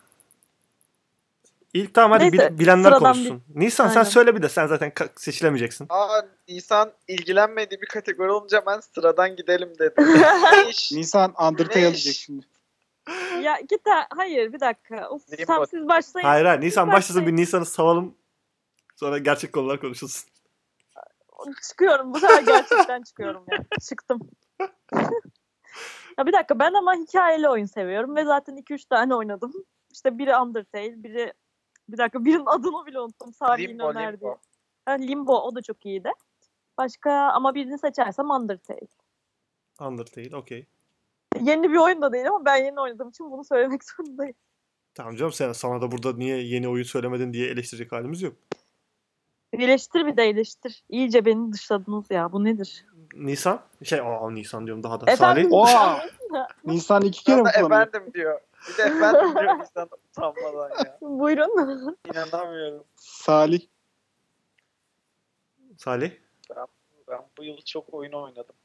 A: İlk tamam hadi
C: Neyse,
A: bil- bilenler
C: sıradan
A: konuşsun. Nisan sen
C: Aynen.
A: söyle bir de sen zaten ka- seçilemeyeceksin.
B: Aa Nisan ilgilenmediği bir kategori olunca ben sıradan gidelim dedim. Ne iş?
D: Nisan Undertale
B: Ne iş?
D: diyecek şimdi.
C: Ya git ha- hayır bir dakika. Of,
B: Neyim
C: tam
B: var?
C: siz başlayın.
A: Hayır hayır Nisan
C: Başlayın.
A: başlasın bir Nisan'ı savalım. Sonra gerçek konular konuşulsun.
C: Çıkıyorum bu sefer gerçekten çıkıyorum ya. Çıktım. ya bir dakika ben ama hikayeli oyun seviyorum ve zaten 2-3 tane oynadım. İşte biri Undertale, biri bir dakika birinin adını bile unuttum. Salih'in
B: Limbo,
C: önerdiği.
B: limbo.
C: Ha, Limbo o da çok iyiydi. Başka ama birini seçersem Undertale.
A: Undertale okey.
C: Yeni bir oyun da değil ama ben yeni oynadığım için bunu söylemek zorundayım.
A: Tamam canım sen sana da burada niye yeni oyun söylemedin diye eleştirecek halimiz yok.
C: Eleştir bir de eleştir. İyice beni dışladınız ya. Bu nedir?
A: Nisan şey aa Nisan diyorum daha da.
C: Efendim?
A: Salih
D: Oha! Nisan iki kere mi
B: Sonra
D: kullanıyor?
B: efendim diyor. Bir de efendim diyor Nisan utanmadan ya.
C: Buyurun.
B: İnanamıyorum.
D: Salih.
A: Salih
B: Ben bu yıl çok oyun oynadım.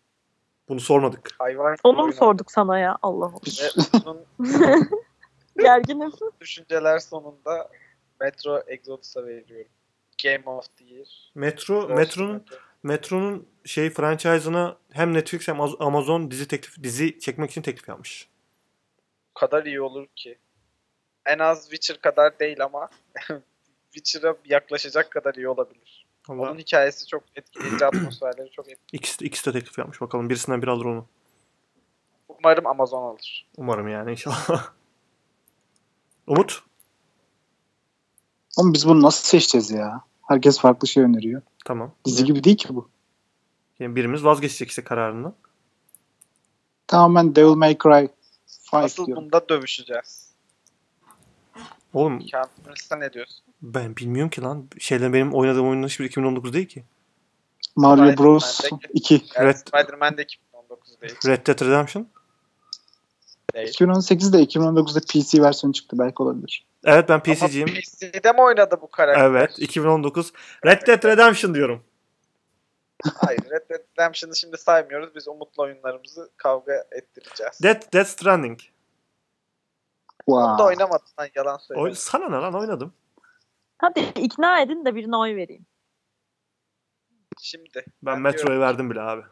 A: bunu sormadık.
B: Hayvan gibi
C: Onu mu
B: oynadım.
C: sorduk sana ya? Allah
B: Ve
D: Bir-
B: bunun
C: Gerginim.
B: düşünceler sonunda Metro Exodus'a veriyorum. Game of the Year.
A: Metro Metro'nun Metro'nun şey franchise'ına hem Netflix hem Az- Amazon dizi teklif dizi çekmek için teklif yapmış.
B: O kadar iyi olur ki. En az Witcher kadar değil ama Witcher'a yaklaşacak kadar iyi olabilir.
A: Allah
B: Onun hikayesi çok etkileyici, atmosferleri çok etkileyici.
A: ikisi de, ikisi de teklif yapmış. Bakalım birisinden biri alır onu.
B: Umarım Amazon alır.
A: Umarım yani inşallah. Umut
D: Ama biz bunu nasıl seçeceğiz ya? Herkes farklı şey öneriyor.
A: tamam.
D: Dizi gibi değil ki bu.
A: Yani birimiz vazgeçecek işte kararından.
D: Tamamen Devil May Cry 5
B: Asıl
D: diyorum.
B: bunda dövüşeceğiz.
A: Oğlum
B: Kamil sen ne diyorsun?
A: ben bilmiyorum ki lan. Şeyden benim oynadığım oyunun hiçbiri 2019 değil ki.
D: Mario
B: Spider-Man
D: Bros.
B: belki.
D: 2.
B: Yani
A: Evet.
B: Spider-Man de 2019 değil.
A: Red Dead Redemption.
B: değil.
D: 2018'de 2019'da PC versiyonu çıktı belki olabilir.
A: Evet ben
B: Ama
A: PC'ciyim.
B: PC'de mi oynadı bu karakter?
A: Evet 2019. Red Dead Redemption diyorum.
B: Hayır Red Dead Redemption'ı şimdi saymıyoruz. Biz Umut'la oyunlarımızı kavga ettireceğiz.
A: Death, Death Stranding.
B: Onu da
D: Wow.
B: oynamadın lan yalan
A: Oy,
B: söylüyorsun.
A: sana ne lan oynadım.
C: Hadi ikna edin de birine oy vereyim.
B: Şimdi.
A: Ben
B: diyorum,
A: Metro'ya verdim bile abi.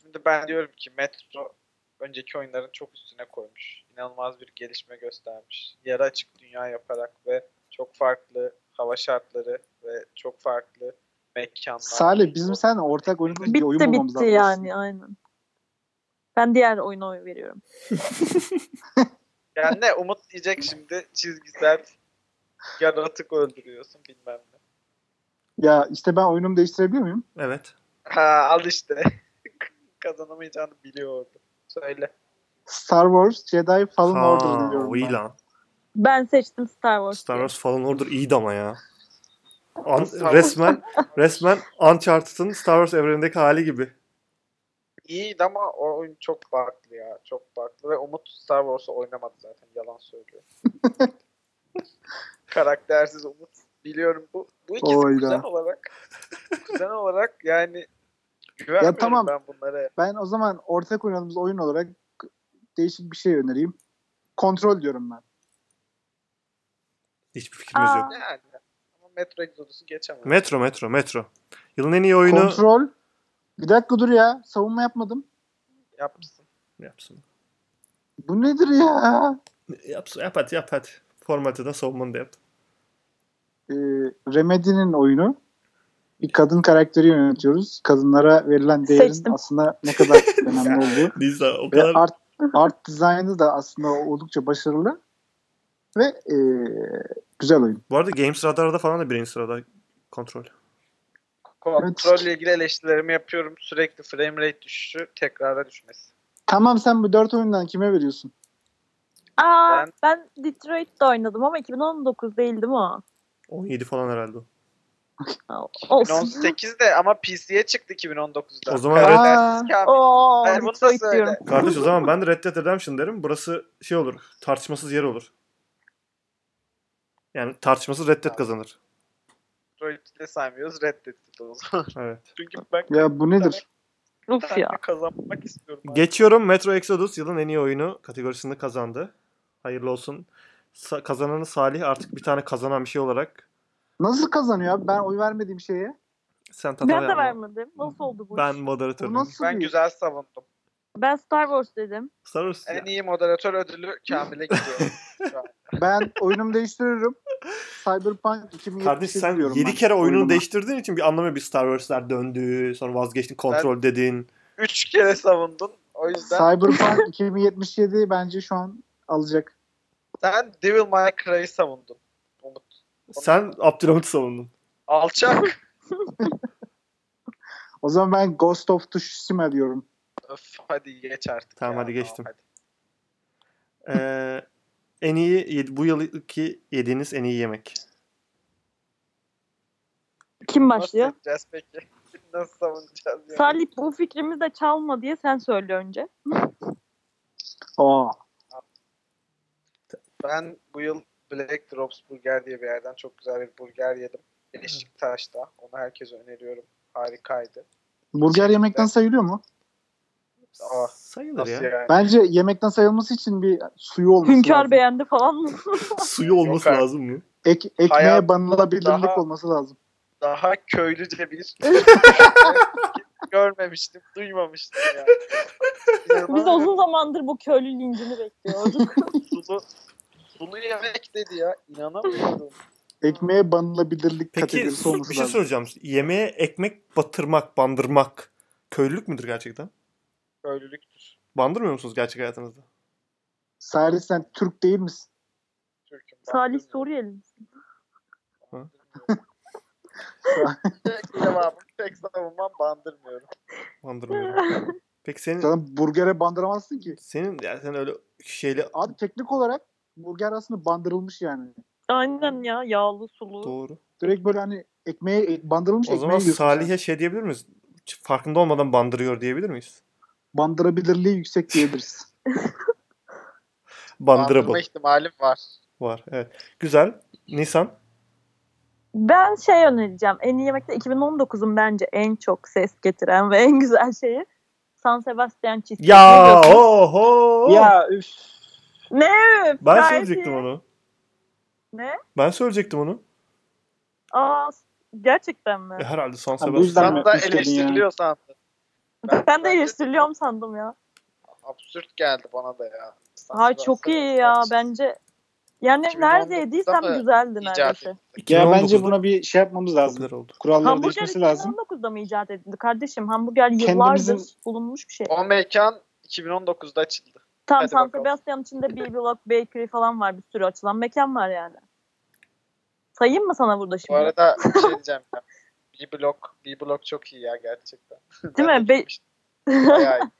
B: Şimdi ben diyorum ki Metro önceki oyunların çok üstüne koymuş. İnanılmaz bir gelişme göstermiş. Yarı açık dünya yaparak ve çok farklı hava şartları ve çok farklı mekanlar.
D: Salih bizim sen ortak oynadığımız bir oyun
C: Bitti
D: bulmamız
C: bitti
D: lazım.
C: yani aynen. Ben diğer oyuna oy veriyorum.
B: Yani ne Umut diyecek şimdi çizgisel yaratık öldürüyorsun bilmem ne.
D: Ya işte ben oyunumu değiştirebiliyor muyum?
A: Evet.
B: Ha al işte. Kazanamayacağını biliyordu. Söyle.
D: Star Wars Jedi Fallen
A: Ha,
D: Order
A: o iyi
D: diyorum ben.
A: lan.
C: Ben seçtim Star Wars.
A: Star Wars Fallen Order iyiydi ama ya. An-
B: Star Wars-
A: resmen resmen Uncharted'ın Star Wars evrenindeki hali gibi.
B: İyiydi ama o oyun çok farklı ya. Çok farklı ve Umut Star Wars'u oynamadı zaten. Yalan söylüyor. Karaktersiz Umut. Biliyorum bu. Bu ikisi
D: Oyda.
B: kuzen olarak. kuzen olarak yani güvenmiyorum
D: tamam.
B: ben bunlara.
D: Ben o zaman ortak oynadığımız oyun olarak değişik bir şey önereyim. Kontrol diyorum ben.
A: Hiçbir fikrimiz
C: Aa.
A: yok.
B: Yani. Ama Metro Exodus'u geçemez.
A: Metro, Metro, Metro. Yılın en iyi oyunu
D: Kontrol. Bir dakika dur ya. Savunma yapmadım.
B: Yapmışsın.
A: yapsın.
D: Bu nedir ya?
A: Yapsın, yap hadi, yap hadi. Formatı da savunmanı da yap.
D: Ee, Remedy'nin oyunu. Bir kadın karakteri yönetiyoruz. Kadınlara verilen değerin
C: Seçtim.
D: aslında ne kadar önemli olduğu.
A: Nisa o
D: Ve
A: kadar
D: art, art dizaynı da aslında oldukça başarılı. Ve ee, güzel oyun.
A: Bu arada Games Radar'da falan da birinci sırada kontrol.
B: Kontrolle ilgili eleştirilerimi yapıyorum. Sürekli frame rate düşüşü, tekrara düşmesi.
D: Tamam sen bu dört oyundan kime veriyorsun?
C: Aa,
B: Ben-
C: ben... Detroit'te oynadım ama 2019 değil değil mi o?
A: 17 falan herhalde. o.
C: Aa, Olsun.
B: 2018'de ama PC'ye çıktı 2019'da.
A: O zaman
B: Karaktersiz
D: Red-
B: Kamil.
C: Oo,
B: Hayır, bunu da
C: Detroit
B: söyle.
C: diyorum.
A: Kardeş o zaman ben de Red Dead Redemption derim. Burası şey olur. Tartışmasız yer olur. Yani tartışmasız Red Dead kazanır.
B: Detroit'i de saymıyoruz. Reddetti o zaman.
A: Evet.
B: Çünkü ben
D: Ya bu nedir?
C: Uf ya.
B: tane kazanmak istiyorum. abi.
A: Geçiyorum. Metro Exodus yılın en iyi oyunu kategorisinde kazandı. Hayırlı olsun. Sa- kazananı Salih artık bir tane kazanan bir şey olarak
D: Nasıl kazanıyor abi? Ben oy vermediğim şeye.
A: sen tatava
C: Ben de
A: yapma.
C: vermedim. Nasıl oldu bu
A: Ben
C: iş?
A: moderatörüm.
D: Bu nasıl
B: ben
D: bir...
B: güzel savundum.
C: Ben Star Wars dedim.
A: Star Wars ya.
B: En iyi moderatör ödülü Kamil'e gidiyor. şu an.
D: Ben oyunumu değiştiriyorum. Cyberpunk 2077
A: Kardeş sen
D: şey diyorum
A: 7
D: ben
A: kere oyununu
D: oyunuma.
A: değiştirdiğin için bir anlamı yok. bir Star Wars'lar döndü. Sonra vazgeçtin. Kontrol dedin.
B: Üç kere savundun. O yüzden
D: Cyberpunk 2077 bence şu an alacak.
B: sen Devil May Cry'ı savundun. Umut.
A: Sen Abdülhamit'i savundun.
B: Alçak.
D: O zaman ben Ghost of Tsushima diyorum.
B: Öf, hadi geç artık.
A: Tamam,
B: ya.
A: hadi geçtim.
B: hadi.
A: Ee, en iyi yedi- bu yılki yediğiniz en iyi yemek.
C: Kim başlıyor?
B: Nasıl edeceğiz peki? Nasıl savunacağız? Yani?
C: Salih bu fikrimi de çalma diye sen söyle önce.
D: Aa,
B: Ben bu yıl Black Drops Burger diye bir yerden çok güzel bir burger yedim. Beşiktaş'ta. Onu herkese öneriyorum. Harikaydı.
D: burger yemekten sayılıyor mu? Ah,
B: Aa,
A: Sayılır
B: Nasıl
A: ya.
B: yani?
D: Bence yemekten sayılması için bir suyu olması
C: Hünkar
D: lazım.
C: beğendi falan mı?
A: Suyu olması
B: Yok abi.
A: lazım mı?
D: Ek, ekmeğe
B: Hayat-
D: banılabilirlik
B: Daha-
D: olması lazım.
B: Daha köylüce bir görmemiştim, duymamıştım yani.
C: Biz
B: İnanılmaz
C: uzun zamandır bu köylü lincini bekliyorduk.
B: sulu, sulu yemek dedi ya. İnanamıyorum.
D: Ekmeğe banılabilirlik
A: Peki
D: kategorisi olması
A: bir şey
D: lazım.
A: soracağım. Yemeğe ekmek batırmak, bandırmak köylülük müdür gerçekten?
B: Köylülüktür.
A: Bandırmıyor musunuz gerçek hayatınızda?
D: Salih sen Türk değil misin?
B: Türk'üm. ben
C: Salih
B: bilmiyorum.
C: Suriyeli misin?
B: Tek cevabım, tek savunmam bandırmıyorum.
A: Bandırmıyorum. Peki senin
D: Canım burgere bandıramazsın ki.
A: senin yani sen öyle şeyli
D: Abi teknik olarak burger aslında bandırılmış yani.
C: Aynen ya yağlı sulu.
A: doğru.
D: Direkt böyle hani ekmeğe ek- bandırılmış
A: O
D: ekmeğe
A: zaman
D: yiyorsun sen.
A: Salih'e şey diyebilir miyiz? Hiç Farkında olmadan bandırıyor diyebilir miyiz?
D: Bandırabilirliği yüksek diyebiliriz.
B: Bandırma
A: Bandırable
B: ihtimalim var.
A: var. Evet. Güzel. Nisan.
C: Ben şey önereceğim. En iyi yemekte 2019'un bence en çok ses getiren ve en güzel şeyi San Sebastian cheesecake.
A: Ya
C: biliyorsun.
A: oho.
D: ya üf.
C: Ne?
A: Ben
C: Gayet
A: söyleyecektim
C: iyi.
A: onu.
C: Ne?
A: Ben söyleyecektim onu.
C: Aa, gerçekten mi?
A: E, herhalde San
D: Ha, bu
A: Sebastian.
D: yüzden-
B: Sen
D: mi
B: da
D: üstledin ya?
B: eleştiriliyor sandın.
C: ben de
B: bence
C: eleştiriliyorum sandım ya.
B: Absürt geldi bana da ya.
C: Hay çok iyi ya bence. Yani
B: 2019'da
C: nerede yediysem
B: mı
C: güzeldi
B: icat
C: neredeyse.
B: edildi?
D: Ya
A: 2019'da
D: bence buna bir şey yapmamız lazım.
A: popüler oldu.
D: Kuralları
C: Hamburger
D: değişmesi lazım.
C: 2019'da mı icat edildi kardeşim? Hamburger yıllardır
D: Kendimizin-
C: bulunmuş bir şey.
B: O mekan 2019'da açıldı.
C: Tam
B: Hadi
C: San
B: bakalım.
C: Sebastian içinde bir Block Bakery falan var. Bir sürü açılan mekan var yani. Sayayım mı sana burada
B: Bu
C: şimdi?
B: arada bir şey diyeceğim ya. B-Block, B-Block çok iyi ya gerçekten.
C: Değil
B: Ben de
C: mi? Be-
B: gitmiştim. Bayağı iyi.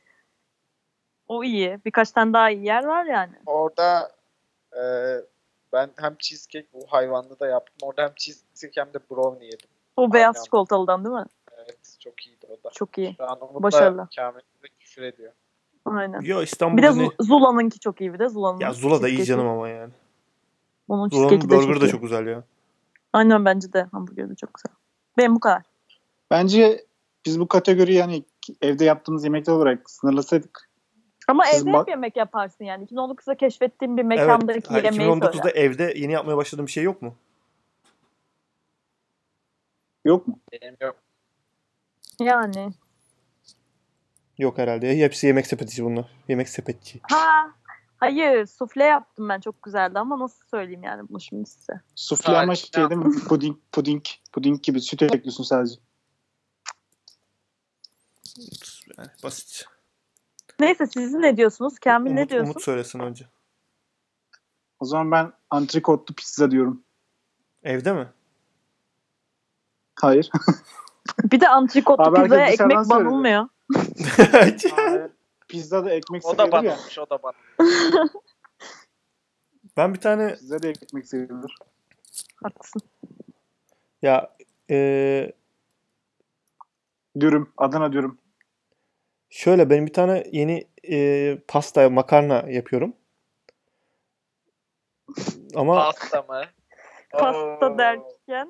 C: o iyi. Birkaç tane daha iyi yer var yani.
B: Orada e, ben hem cheesecake bu hayvanlı da yaptım. Orada hem cheesecake hem de brownie yedim.
C: O beyaz
B: Aynen.
C: çikolatalıdan değil mi?
B: Evet çok iyiydi o da.
C: Çok iyi.
B: Şu an Umut
C: Başarılı.
B: da Kamil'e küfür ediyor.
A: Ya
C: Aynen. Bir de
A: İstanbul'da ne?
C: Zu- Zula'nınki çok iyi bir de Zula'nın.
A: Ya Zula da iyi
C: cheesecake'i.
A: canım ama yani.
C: Onun
A: Zula'nın
C: cheesecake'i de
A: burgerı
C: çok
A: da
C: iyi.
A: çok güzel ya.
C: Aynen bence de hamburgeri de çok güzel. Benim bu kadar.
D: Bence biz bu kategoriyi yani evde yaptığımız yemekler olarak sınırlasaydık.
C: Ama
D: Siz
C: evde
D: bak-
C: hep yemek yaparsın yani. 2019'da keşfettiğin bir mekandaki
A: hayır,
C: yemeği
A: 2019'da
C: söyle.
A: evde yeni yapmaya başladığım bir şey yok mu?
D: Yok mu?
B: Benim yok.
C: Yani.
A: Yok herhalde. Hepsi yemek sepetçi bunlar. Yemek sepetçi.
C: Ha. Hayır sufle yaptım ben çok güzeldi ama nasıl söyleyeyim yani bunu şimdi size.
D: Sufle ama şey değil mi? Puding, puding, puding gibi süt ekliyorsun sadece.
A: Yani basit.
C: Neyse siz ne diyorsunuz? Kamil ne
A: Umut,
C: diyorsun?
A: Umut söylesin önce.
D: O zaman ben antrikotlu pizza diyorum.
A: Evde mi?
D: Hayır.
C: Bir de antrikotlu
D: Abi herkes
C: pizzaya
D: dışarıdan
C: ekmek
D: söyledi.
C: banılmıyor.
D: pizza da ekmek
B: O da
D: sevilir ya.
B: banılmış, o da banılmış.
A: ben bir tane
D: Pizza da ekmek sevilir.
C: Haklısın.
A: ya e,
D: Dürüm. Adana dürüm.
A: şöyle ben bir tane yeni e, pasta makarna yapıyorum.
B: Oh.
A: Ama
B: Pasta mı?
C: Pasta
B: Oo,
C: derken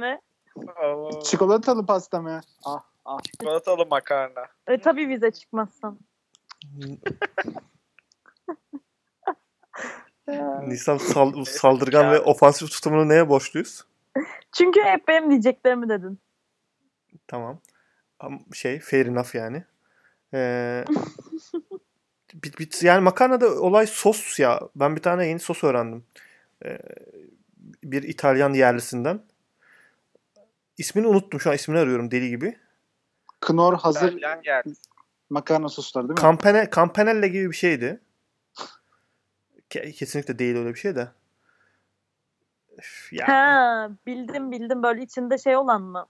C: ne?
B: oo.
D: Çikolatalı pasta mı? Ah ah.
B: Çikolatalı makarna.
C: E, tabii vize çıkmazsan.
A: Nisan sal- saldırgan ve ofansif tutumunu neye borçluyuz?
C: Çünkü hep benim diyeceklerimi dedin.
A: Tamam. Am- Şey fair enough yani. Ee, bit, bit, yani makarnada olay sos ya. Ben bir tane yeni sos öğrendim. Ee, bir İtalyan yerlisinden. İsmini unuttum şu an ismini arıyorum deli gibi.
D: Knor hazır
B: İtalyan geldi.
D: makarna sosları değil mi?
A: Campane, Campanella gibi bir şeydi. Ke- Kesinlikle değil öyle bir şey de. Üf, Ya.
C: Ha bildim bildim böyle içinde şey olan mı?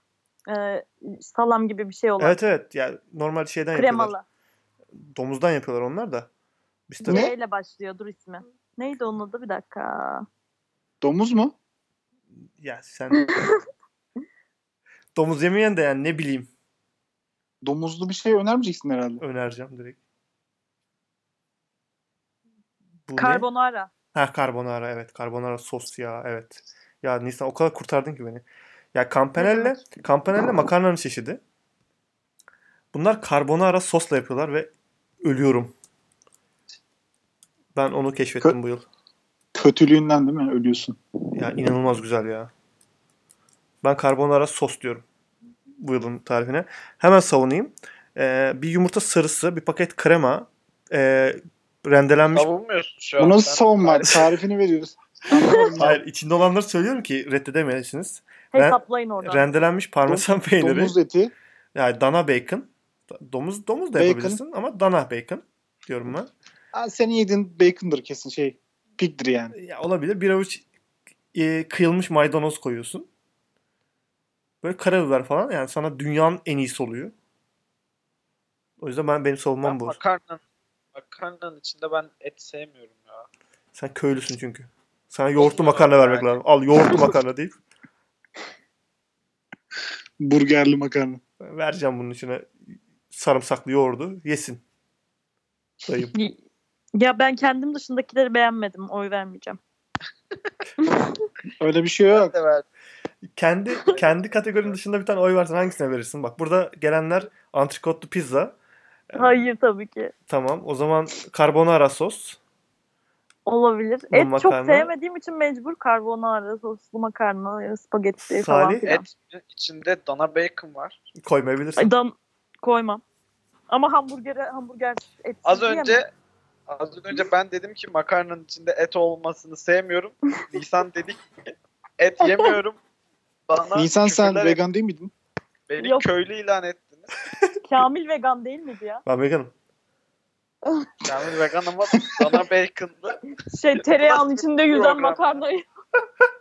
C: Ee, salam gibi bir şey olan.
A: Evet evet. Ya normal şeyden yapıyorlar.
C: Kremalı.
A: Domuzdan yapıyorlar onlar da. Biz tabii
C: Y ile başlıyor dur ismi. Neydi onun adı bir dakika.
D: Domuz mu?
A: ya sen domuz yemeyen de yani ne bileyim
D: Domuzlu bir şey önermeyeceksin herhalde.
A: önereceğim direkt. Bu ne?
C: Carbonara.
A: Ha karbonara evet. Karbonara sos ya evet. Ya Nisan o kadar kurtardın ki beni. Ya campanelle, campanelle makarnanın çeşidi. Bunlar karbonara sosla yapıyorlar ve ölüyorum. Ben onu keşfettim bu yıl.
D: Kötülüğünden değil mi? Ölüyorsun.
A: Ya inanılmaz güzel ya. Ben karbonara sos diyorum. Bu yılın tarifine. Hemen savunayım. Ee, bir yumurta sarısı, bir paket krema, ee, rendelenmiş...
B: Savunmuyorsun şu an.
D: Bunu
B: sen.
D: savunma. Tarifini veriyoruz. Anlamadım ya.
A: Hayır, içinde olanları söylüyorum ki reddedemeyesiniz. Ren-
C: Hesaplayın oradan.
A: rendelenmiş parmesan peyniri,
D: Domuz eti.
A: yani dana bacon. Domuz domuz da
D: Bacon.
A: yapabilirsin ama dana bacon diyorum ben.
D: Aa, senin yediğin bacon'dır kesin şey. Pig'dir yani.
A: Ya olabilir. Bir avuç e, kıyılmış maydanoz koyuyorsun. Böyle karabiber falan. Yani sana dünyanın en iyisi oluyor. O yüzden ben benim savunmam
B: Ben
A: bu.
B: makarnanın, makarnanın içinde ben et sevmiyorum ya.
A: Sen köylüsün çünkü. Sana yoğurtlu makarna vermek lazım. Al yoğurtlu makarna deyip
D: Burgerli makarna.
A: vereceğim bunun içine sarımsaklı yoğurdu. Yesin. Dayım.
C: Ya ben kendim dışındakileri beğenmedim. Oy vermeyeceğim.
D: Öyle bir şey yok.
B: Ben de verdim.
A: Kendi kendi kategorinin dışında bir tane oy versen hangisine verirsin? Bak burada gelenler antrikotlu pizza.
C: Hayır tabii ki.
A: Tamam. O zaman carbonara sos.
C: Olabilir.
A: Bu
C: Et çok
A: makarna-
C: sevmediğim için mecbur karbonara, soslu makarna, spagetti falan
A: Salih,
C: filan.
B: Et içinde dana bacon var.
A: Koymayabilirsin.
C: Ay, dam- koymam. Ama hamburgere hamburger et
B: Az önce az önce ben dedim ki makarnanın içinde et olmasını sevmiyorum. Nisan dedik ki et yemiyorum. Bana
D: Nisan sen
B: küfürler
D: vegan değil miydin?
B: etti. beni
C: Yok.
B: köylü ilan ettiniz.
C: Kamil vegan değil miydi ya?
A: Ben veganım.
B: Yani vegan ama dana bacon'lı.
C: Şey tereyağının içinde yüzen
B: Program.
C: makarnayı.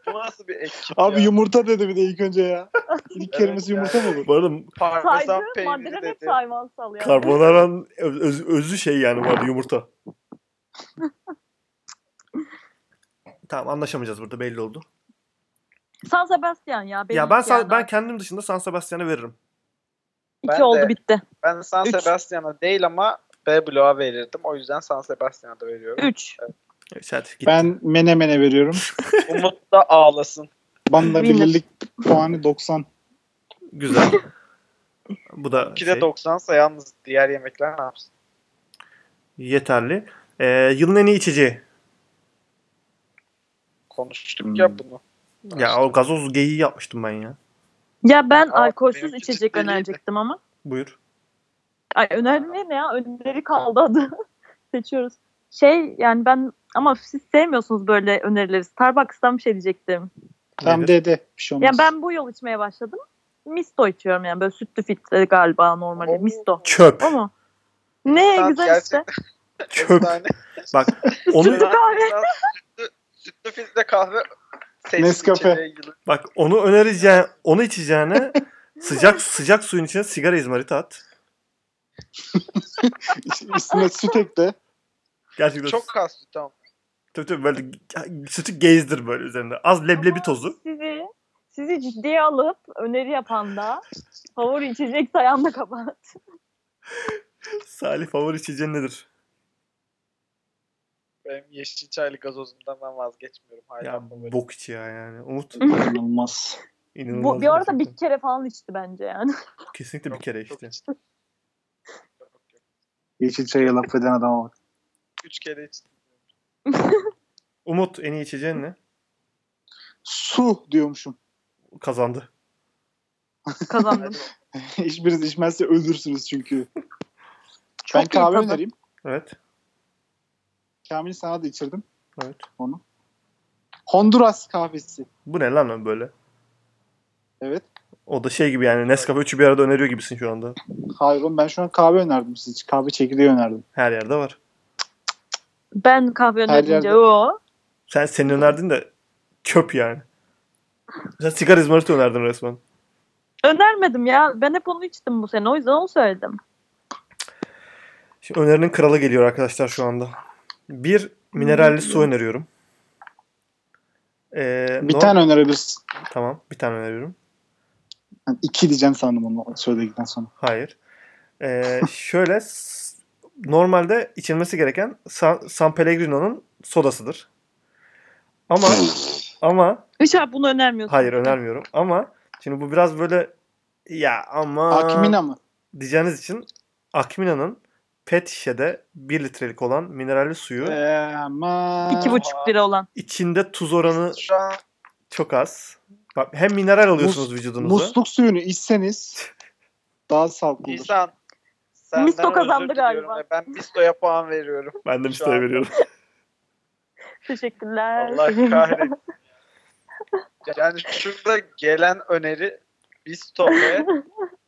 B: Bu nasıl bir ekip
D: Abi
B: ya?
D: yumurta dedi bir de ilk önce ya. İlk
B: Evet
D: kelimesi
B: ya.
D: yumurta mı olur?
A: Bu arada
C: Saydı.
B: Parmesan peyniri
C: Maddelerin hepsi
B: dedi.
C: hayvansal yani.
A: carbonara'nın öz- öz- özü şey yani vardı yumurta. tamam anlaşamayacağız burada belli oldu.
C: San Sebastian ya.
A: ya ben San-
C: yani.
A: ben kendim dışında San Sebastian'a veririm.
C: İki
B: Ben de-
C: oldu bitti.
B: Ben San
D: Üç.
B: Sebastian'a değil ama B bloğa verirdim. O yüzden San Sebastian'a da veriyorum.
C: Üç.
A: Evet, hadi git.
D: Ben menemene veriyorum.
B: Umut da ağlasın.
D: Banda
C: Winner.
D: birlik puanı 90.
A: Güzel. Bu da
B: 2'de
A: şey,
B: 90 sa yalnız diğer yemekler ne yapsın?
A: yeterli. Ee, yılın en iyi içeceği.
B: Konuştuk
D: Hmm.
B: ya bunu.
A: Ya o gazoz geyiği yapmıştım ben ya.
C: Ya ben
B: Aa,
C: alkolsüz
B: benimki
C: içecek
B: ciddeniydi.
C: önerecektim ama.
A: Buyur.
C: Ay önerme ne ya? Öneri kaldı adı. Seçiyoruz. Şey yani ben ama siz sevmiyorsunuz böyle önerileri. Starbucks'tan bir şey diyecektim.
D: Tamam
A: Nedir?
D: de de. Bir şey
C: Ya
D: olmaz.
C: ben bu yol içmeye başladım. Misto içiyorum yani böyle sütlü filtre galiba normali.
B: Oo.
C: Misto.
A: Çöp.
C: O mu? Ne
B: Sen
C: güzel
B: gerçekten
C: işte.
A: Çöp.
B: efsane.
A: Bak onu
C: Sütlü kahve.
B: Sen sütlü, sütlü filtre kahve seçtin
D: Nescafe.
B: içeriye yılı.
A: bak onu önereceğin onu içeceğine sıcak sıcak suyun içine sigara izmariti at.
D: İç- Üstüne süt ekle.
A: Gerçekten
B: Çok az süt ama.
A: Tabii tabii böyle sütü gezdir böyle üzerinde. Az leblebi
C: Ama
A: tozu.
C: Sizi, sizi ciddiye alıp öneri yapan da favori içecek sayan da kapat.
A: Salih favori içeceğin nedir?
B: Benim yeşil çaylı gazozumdan ben vazgeçmiyorum. Hala
A: Ya
B: favorim.
A: bok iç ya yani. Umut
D: İnanılmaz.
A: inanılmaz.
C: Bu, bir arada
A: gerçekten.
C: bir kere falan içti bence yani.
A: Kesinlikle bir
B: Yok,
A: kere
B: çok
A: içti.
B: içtim. Yok, yok.
D: Yeşil çaya laf eden adama bak.
B: Üç kere içtim.
A: Umut en iyi içeceğin ne?
D: Su diyormuşum.
A: Kazandı.
C: Kazandım.
D: Hiçbiriniz içmezse ölürsünüz çünkü. ben
C: iyi
D: kahve
C: tadı.
D: önereyim.
A: Evet.
D: Kamil sana da içirdim
A: Evet.
D: onu. Honduras kahvesi.
A: Bu ne lan lan böyle?
D: Evet.
A: O da şey gibi yani Nescafe 3'ü bir arada öneriyor gibisin şu anda.
D: Hayır oğlum ben şu an kahve önerdim siz için. Kahve çekirdeği önerdim.
A: Her yerde var.
C: Ben kahve
D: Her
C: önerince
D: yerde.
C: o.
A: Sen senin önerdin de çöp yani. Sen sigara izmariti önerdin resmen.
C: Önermedim ya. Ben hep onu içtim bu sene. O yüzden onu söyledim.
A: Şimdi önerinin kralı geliyor arkadaşlar şu anda. Bir mineralli
C: Hmm.
A: su öneriyorum. Ee,
D: Bir
A: no-
D: tane önerebilirsin.
A: Tamam bir tane öneriyorum.
D: Yani iki diyeceğim sandım onu söyledikten sonra.
A: Hayır. Ee, şöyle s- normalde içilmesi gereken San, San Pellegrino'nun sodasıdır. Ama ama
C: Üçer bunu önermiyorsun.
A: hayır önermiyorum. Ama şimdi bu biraz böyle ya ama
D: Akmina mı?
A: diyeceğiniz için Akmina'nın pet şişede 1 litrelik olan mineralli suyu
D: Ee, ama...
C: İki buçuk lira olan.
A: içinde tuz oranı
B: Şu an
A: çok az. Bak, hem mineral alıyorsunuz
D: Mus-
A: vücudunuza.
D: Musluk suyunu içseniz daha sağlıklı olur.
B: Nisan senden
C: Misto
B: özür
C: kazandı
B: diliyorum
C: galiba.
B: ve Ben Misto'ya puan veriyorum.
A: ben de bir
B: Şu
A: şey
B: an-
A: veriyorum.
C: Teşekkürler.
B: Allah kahretsin. Yani şurada gelen öneri Misto ve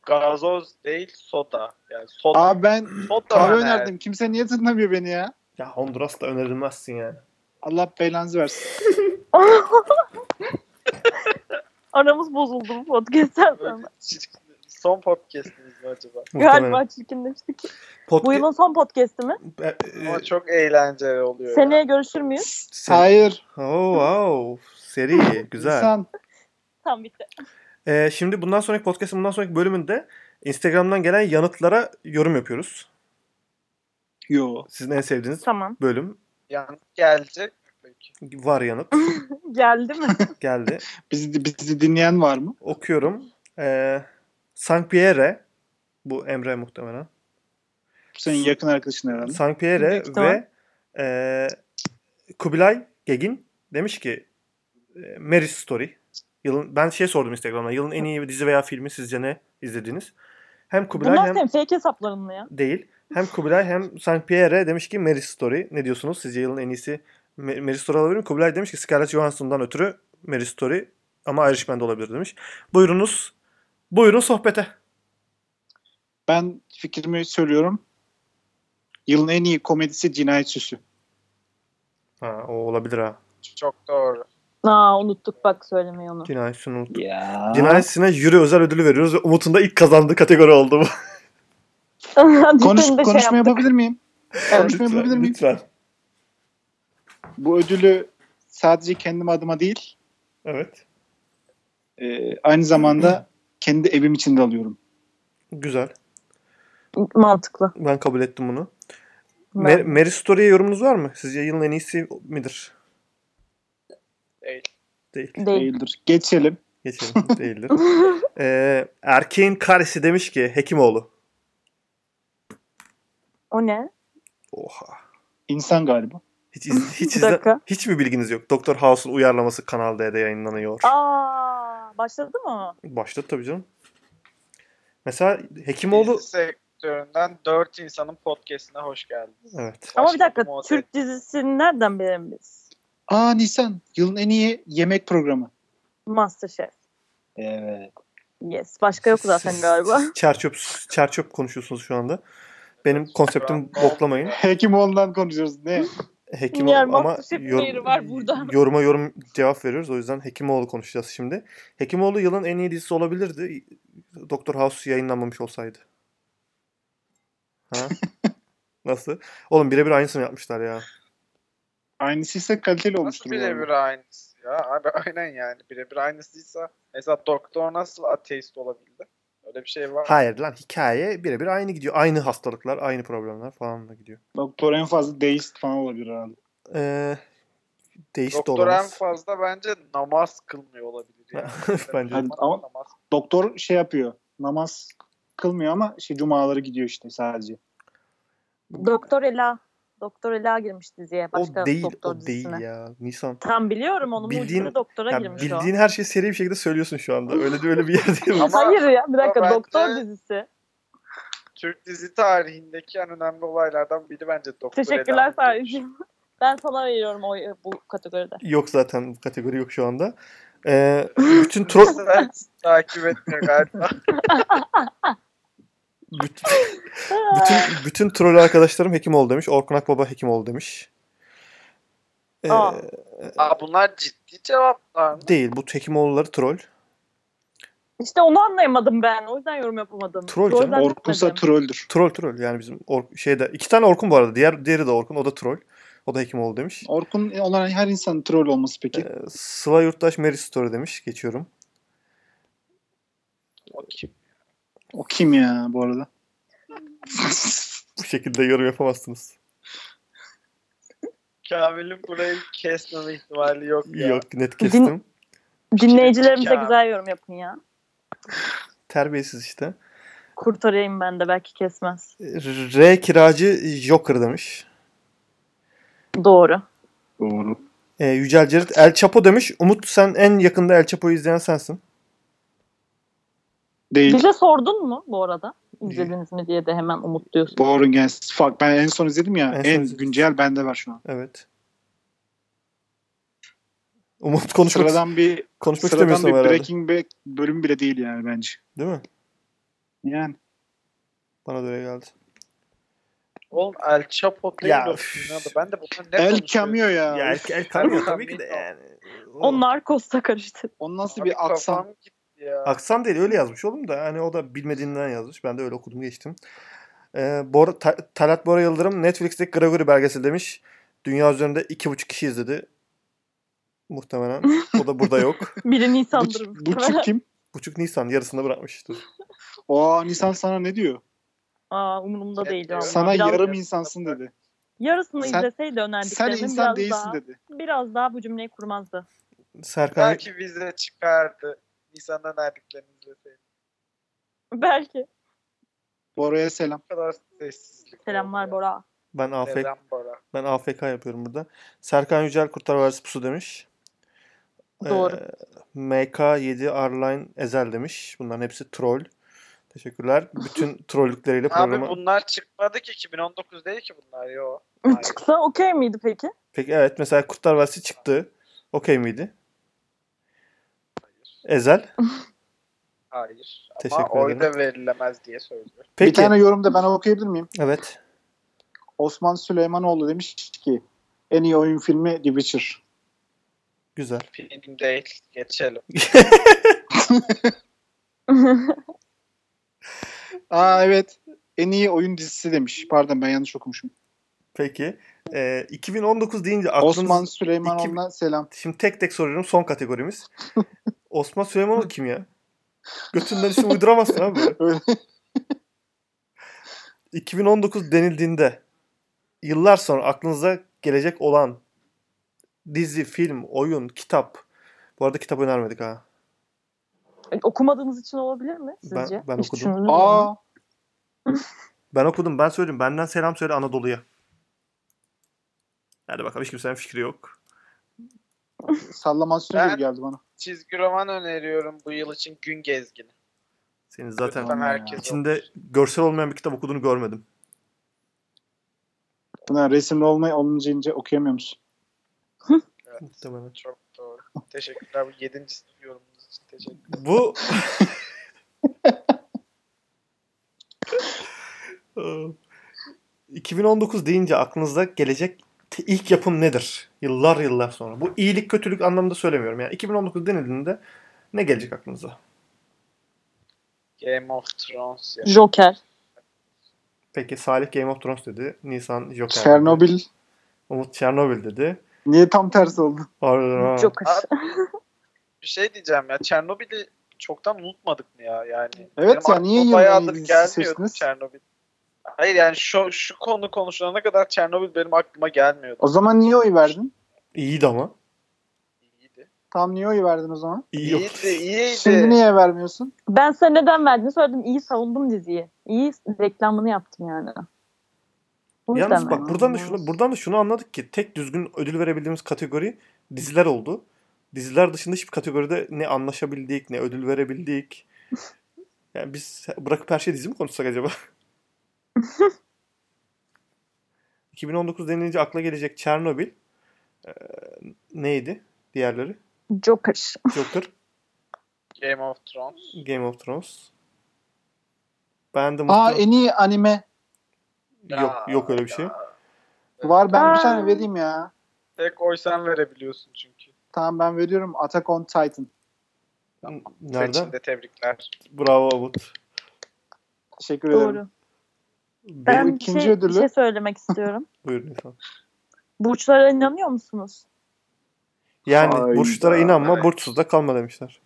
B: gazoz değil soda. Yani soda.
D: Abi ben
B: soda
D: kahve
B: öner.
D: önerdim. Kimse niye tınlamıyor beni ya?
A: Ya Honduras da önerilmezsin yani.
D: Allah belanızı versin.
C: Aramız bozuldu bu podcast'ten sonra.
B: Çirkin- Son podcast'imiz mi acaba?
A: Muhtemelen.
C: Galiba çirkinleştik.
A: Podca-
C: Bu yılın son podcast'i mi?
A: E,
B: Ama
A: e,
B: çok eğlenceli oluyor. ya.
C: Seneye görüşür müyüz?
A: sen-
D: Hayır.
A: Oh wow. Seri. Güzel.
D: İnsan.
C: Tam bitti.
A: Ee, şimdi bundan sonraki podcast'ın bundan sonraki bölümünde Instagram'dan gelen yanıtlara yorum yapıyoruz.
D: Yo.
A: Sizin en sevdiğiniz
C: Tamam.
A: bölüm
B: Yani gelecek. Peki.
A: var yanıt.
C: Geldi mi?
A: Geldi.
D: Bizi, bizi dinleyen var mı?
A: Okuyorum. Ee, Sankpierre bu Emre muhtemelen.
D: Senin yakın arkadaşın herhalde.
A: Sankpierre
C: Büyük ihtimal.
A: ve e, Kubilay Gegin demiş ki e, Marriage Story. Yılın, ben şey sordum Instagram'da. Yılın en iyi dizi veya filmi sizce ne izlediniz? Hem Kubilay
C: Bunlar
A: hem
C: senin fake hesapların mı ya?
A: değil. Hem Kubilay hem Sankpierre demiş ki Marriage Story. Ne diyorsunuz? Sizce yılın en iyisi Ma- Marriage Story olabilir mi? Kubilay demiş ki Scarlett Johansson'dan ötürü Marriage Story ama Irishman da olabilir demiş. Buyurunuz. Buyurun sohbete.
D: Ben fikrimi söylüyorum. Yılın en iyi komedisi Cinayet Süsü.
A: Ha, o olabilir ha.
B: Çok doğru.
C: Aa unuttuk bak söylemeyi onu.
A: Cinayet Sin'i unuttum.
D: Ya.
A: Cinayet Sin'e jüri özel ödülü veriyoruz ve Umut'un da ilk kazandığı kategori oldu bu.
D: Konuş,
C: Dün de şey
D: konuşma
C: yaptık.
D: yapabilir miyim? Konuşma yapabilir miyim?
A: lütfen.
D: Bu ödülü sadece kendim adıma değil,
A: Evet.
D: e, aynı zamanda kendi evim için de alıyorum.
A: Güzel.
C: Mantıklı.
A: Ben kabul ettim bunu.
C: Ben-
A: Mer- Mary Story'e yorumunuz var mı? Sizce yılın en iyisi midir?
B: Değil.
A: Değil.
C: Değil.
D: Değildir. Geçelim.
A: Geçelim. Değildir. Ee, erkeğin karesi demiş ki Hekimoğlu.
C: O ne?
A: Oha.
D: İnsan galiba.
A: Hiç, iz- hiç,
C: Bir
A: izle-
C: dakika.
A: hiç mi bilginiz yok? Doktor House'un uyarlaması Kanal D'de yayınlanıyor.
C: Aa başladı mı?
A: Başladı tabii canım. Mesela Hekimoğlu...
B: Dizi sektöründen dört insanın podcastine hoş geldiniz.
A: Evet.
C: Ama
B: Başka
C: bir dakika
B: muhabbet.
C: Türk dizisini nereden bilelim biz?
D: Aa Nisan. Yılın en iyi yemek programı.
C: Masterchef.
D: Evet.
C: Yes. Başka yok
A: Siz-
C: zaten
A: siz-
C: galiba.
A: siz Çerçöp, çerçöp konuşuyorsunuz şu anda. Benim konseptim boklamayın.
D: Hekim ondan konuşuyoruz. Ne?
A: Hekim
C: Yer
A: ama
C: Masterchef
A: yor-
C: değeri var burada.
A: yoruma yorum cevap veriyoruz. O yüzden Hekimoğlu konuşacağız şimdi. Hekimoğlu yılın en iyi dizisi olabilirdi. Doktor House yayınlanmamış olsaydı. Ha? Nasıl? Oğlum birebir aynısını yapmışlar ya.
D: Aynısı ise kaliteli
B: Nasıl
D: olmuştur. bu arada.
B: birebir aynısı ya? Abi aynen yani. Birebir aynısıysa mesela doktor nasıl ateist olabildi? Öyle bir şey var.
A: Hayır lan hikaye birebir aynı gidiyor. Aynı hastalıklar, aynı problemler falan da gidiyor.
D: Doktor en fazla deist falan olabilir herhalde.
A: Ee, değişik de
B: Doktor en
A: olamaz.
B: fazla bence namaz kılmıyor olabilir. Yani.
A: Bence
D: de.
B: Ama namaz
D: Doktor şey yapıyor. Namaz kılmıyor ama şey cumaları gidiyor işte sadece.
C: Doktor Ela. Doktor Ela girmiş diziye. Başka
A: o değil,
C: doktor
A: o değil
C: dizisine.
A: ya. Nisan.
C: Tam biliyorum onu.
A: Bildiğin-
C: Mucize doktora
A: Ya
C: girmiş o.
A: bildiğin her şeyi seri bir şekilde söylüyorsun şu anda. Öyle de öyle bir yer değil.
B: Ama-
C: Hayır ya bir dakika
B: ama bence-
C: doktor dizisi.
B: Türk dizi tarihindeki en önemli olaylardan biri bence Doktor
C: Teşekkürler
B: Eda Nur'muş.
C: Sarıcığım. Ben sana veriyorum o bu kategoride.
A: Yok zaten bu kategori yok şu anda. Ee, bütün tro
B: Sen takip etmiyor galiba.
A: bütün, bütün, bütün troll arkadaşlarım hekim oldu demiş. Orkun Akbaba hekim oldu demiş. Ee,
C: Aa.
B: Aa, bunlar ciddi cevaplar mı?
A: değil bu Hekimoğulları troll.
C: İşte onu anlayamadım ben. O yüzden yorum yapamadım.
A: Troll
C: Troll
A: canım.
C: ben
D: Orkunsa
C: gitmedim.
D: troldür.
A: Troll troll yani bizim or- şeyde iki tane Orkun bu arada. Diğer diğeri de Orkun. O da troll. O da hekim oldu demiş.
D: Orkun e, olan her insanın troll olması peki.
A: Ee, Sıla Yurttaş Mary Story demiş. Geçiyorum.
B: O kim?
D: O kim ya bu arada?
A: Bu şekilde yorum yapamazsınız.
B: Kamil'in burayı kesmeme ihtimali yok ya.
A: Yok net kestim.
C: Dinleyicilerimize
B: Ya.
C: güzel yorum yapın ya.
A: Terbiyesiz işte.
C: Kurtarayım ben de belki kesmez.
A: R kiracı Joker demiş.
C: Doğru.
D: Doğru.
A: Ee, Yücel Cerit El Chapo demiş. Umut sen en yakında El Chapo'yu izleyen sensin.
D: Değil.
C: Bize sordun mu bu arada? İzlediniz mi diye de hemen umutluyorsun.
D: Born Against Fuck. Ben en son izledim ya.
A: En
D: En,
A: son izledim.
D: güncel bende var şu an.
A: Evet. Umut konuşmak,
D: sıradan bir
A: konuşmak
D: sıradan
A: istemiyorsun
D: bir
A: ama herhalde.
D: Breaking Bad bölüm bile değil yani bence.
A: Değil mi?
D: Yani
A: Bana da öyle geldi.
B: Oğlum El Chapo değil
A: Ya,
B: o
A: üf.
B: filmin adı. Ben de bundan ne
D: El
B: konuşuyorum?
D: Cameo ya.
A: Ya erkek el kamyon tabii ki de yani.
C: O narkozla karıştı.
D: O nasıl
B: Abi
D: bir aksan?
B: kafam gitti ya.
A: Aksan değil öyle yazmış oğlum da hani o da bilmediğinden yazmış. Ben de öyle okudum geçtim. Ee, Bora, Ta- Talat Bora Yıldırım Netflix'teki Gregory belgeseli demiş. Dünya üzerinde iki buçuk kişi izledi. Muhtemelen. O da burada yok.
C: Biri Nisan'dır.
D: Buçuk, buçuk kim?
A: Buçuk Nisan yarısında bırakmıştır.
D: Aa Nisan sana ne diyor?
C: Aa, umurumda değil.
B: Sana
C: vallahi.
D: Sana
C: Biraz-
D: yarım insansın dedi.
C: Yarısını
D: Sen-
C: izleseydi
D: Sen
C: önerdiklerinin
D: insan
C: biraz
D: değilsin
C: daha,
D: dedi.
C: biraz daha bu cümleyi kurmazdı.
A: Serkan
B: Belki vize çıkardı. Nisan'dan verdiklerini izleseydim.
C: Belki.
D: Bora'ya selam.
B: Bu kadar sessizlik.
C: Selamlar
B: oldu
C: Bora.
A: ben
B: ya.
A: AFK
B: Selam Bora.
A: ben AFK yapıyorum burada. Serkan Yücel Kurtar Vadisi Pusu demiş. Ee,
C: Doğru.
A: MK7 Arline Ezel demiş. Bunların hepsi troll. Teşekkürler. Bütün trollükleriyle
B: Abi
A: programa.
B: bunlar çıkmadı ki 2019 değil ki bunlar yo.
C: Çıksa okey miydi peki?
A: Peki evet mesela Kurtlar Vadisi çıktı. Okey miydi? Ezel.
B: Hayır. Ama
A: Teşekkür
B: oy
A: ederim.
B: da verilemez diye söylüyor.
A: Peki.
D: Bir tane yorumda ben okuyabilir miyim?
A: Evet.
D: Osman Süleymanoğlu demiş ki en iyi oyun filmi The Witcher.
A: Güzel.
B: Film değil. Geçelim.
D: Aa evet. En iyi oyun dizisi demiş. Pardon ben yanlış okumuşum.
A: Peki. Ee, 2019 deyince aklınız...
D: Osman Süleymanoğlu'na selam.
A: Şimdi tek tek soruyorum son kategorimiz. Osman Süleymanoğlu kim ya? Götünden isim uyduramazsın abi.
D: Öyle.
A: 2019 denildiğinde yıllar sonra aklınıza gelecek olan dizi, film, oyun, kitap. Bu arada kitap önermedik ha.
C: E, Okumadığınız için olabilir mi sizce?
A: ben
C: Hiç
A: okudum.
C: düşündünüz mü?
D: Aa
A: Ben okudum. Ben söyleyeyim. Benden selam söyle Anadolu'ya. Hadi bakalım hiç kimsenin fikri yok.
D: sallamasyon gibi
B: Ben-
D: geldi bana.
B: Çizgi roman öneriyorum bu yıl için Gün Gezgini.
A: Senin zaten
B: Lütfen
D: ya.
B: herkes
A: içinde
B: okusun.
A: görsel olmayan bir kitap okuduğunu görmedim.
D: Buna resimli olmay olunca ince okuyamıyor musun?
B: Evet,
A: Muhtemelen.
B: çok doğru. Teşekkürler. Bu 7. sınıf yorumunuz için teşekkür
A: Bu Ee, 2019 deyince aklınızda gelecek te- ilk yapım nedir? Yıllar yıllar sonra. Bu iyilik kötülük anlamında söylemiyorum. Yani 2019 denildiğinde ne gelecek aklınıza?
B: Game of Thrones ya.
C: Joker.
A: Peki Salih Game of Thrones dedi. Nisan Joker. dedi.
D: Çernobil
A: Umut Chernobyl dedi.
D: niye tam tersi oldu?
A: Aa,
C: Joker.
B: Abi, bir şey diyeceğim ya. Çernobil'i çoktan unutmadık mı ya? Yani
D: Evet ya,
B: Benim aklıma
D: niye yeni
B: bayağıdır
D: dizisi
B: gelmiyordu
D: seçtiniz?
B: Çernobil. Hayır yani şu, şu konu konuşulana kadar Çernobil benim aklıma gelmiyordu.
D: O zaman niye oy verdin?
A: İyiydi ama.
B: İyiydi.
D: Tam niye oy verdin o zaman?
A: İyi yok.
B: İyiydi, iyiydi.
D: Şimdi niye vermiyorsun?
C: Ben sana neden verdiğini söyledim. İyi savundum diziyi. İyi reklamını yaptım yani. Bu yüzden
A: Yalnız
C: verdim.
A: bak buradan da şunu buradan da şunu anladık ki tek düzgün ödül verebildiğimiz kategori diziler oldu. Diziler dışında hiçbir kategoride ne anlaşabildik ne ödül verebildik. Yani biz bırakıp her şey dizi mi konuşsak acaba? 2019 denilince akla gelecek Çernobil eee, neydi diğerleri?
C: Joker.
A: Joker,
B: Game of Thrones.
A: Game of Thrones. Ben de
D: Aa
A: muhtemelen-
D: en iyi anime
A: yok, yok öyle bir şey.
D: var ben bir
C: Aa.
D: tane vereyim ya.
B: Tek oy sen verebiliyorsun çünkü.
D: Tamam ben veriyorum Attack on Titan.
A: Nereden?
B: Seçin de tebrikler.
A: Bravo Abut. Ee,
D: Teşekkür ederim.
C: Doğru. Ben
D: Bu
A: Benim...
C: bir
D: ikinci
C: şey, bir
D: ödülü.
C: şey söylemek istiyorum.
A: Buyurun lütfen.
C: Burçlara inanıyor musunuz?
A: Yani
D: Hayda.
A: burçlara inanma,
B: Evet.
A: burçsuz da kalma demişler.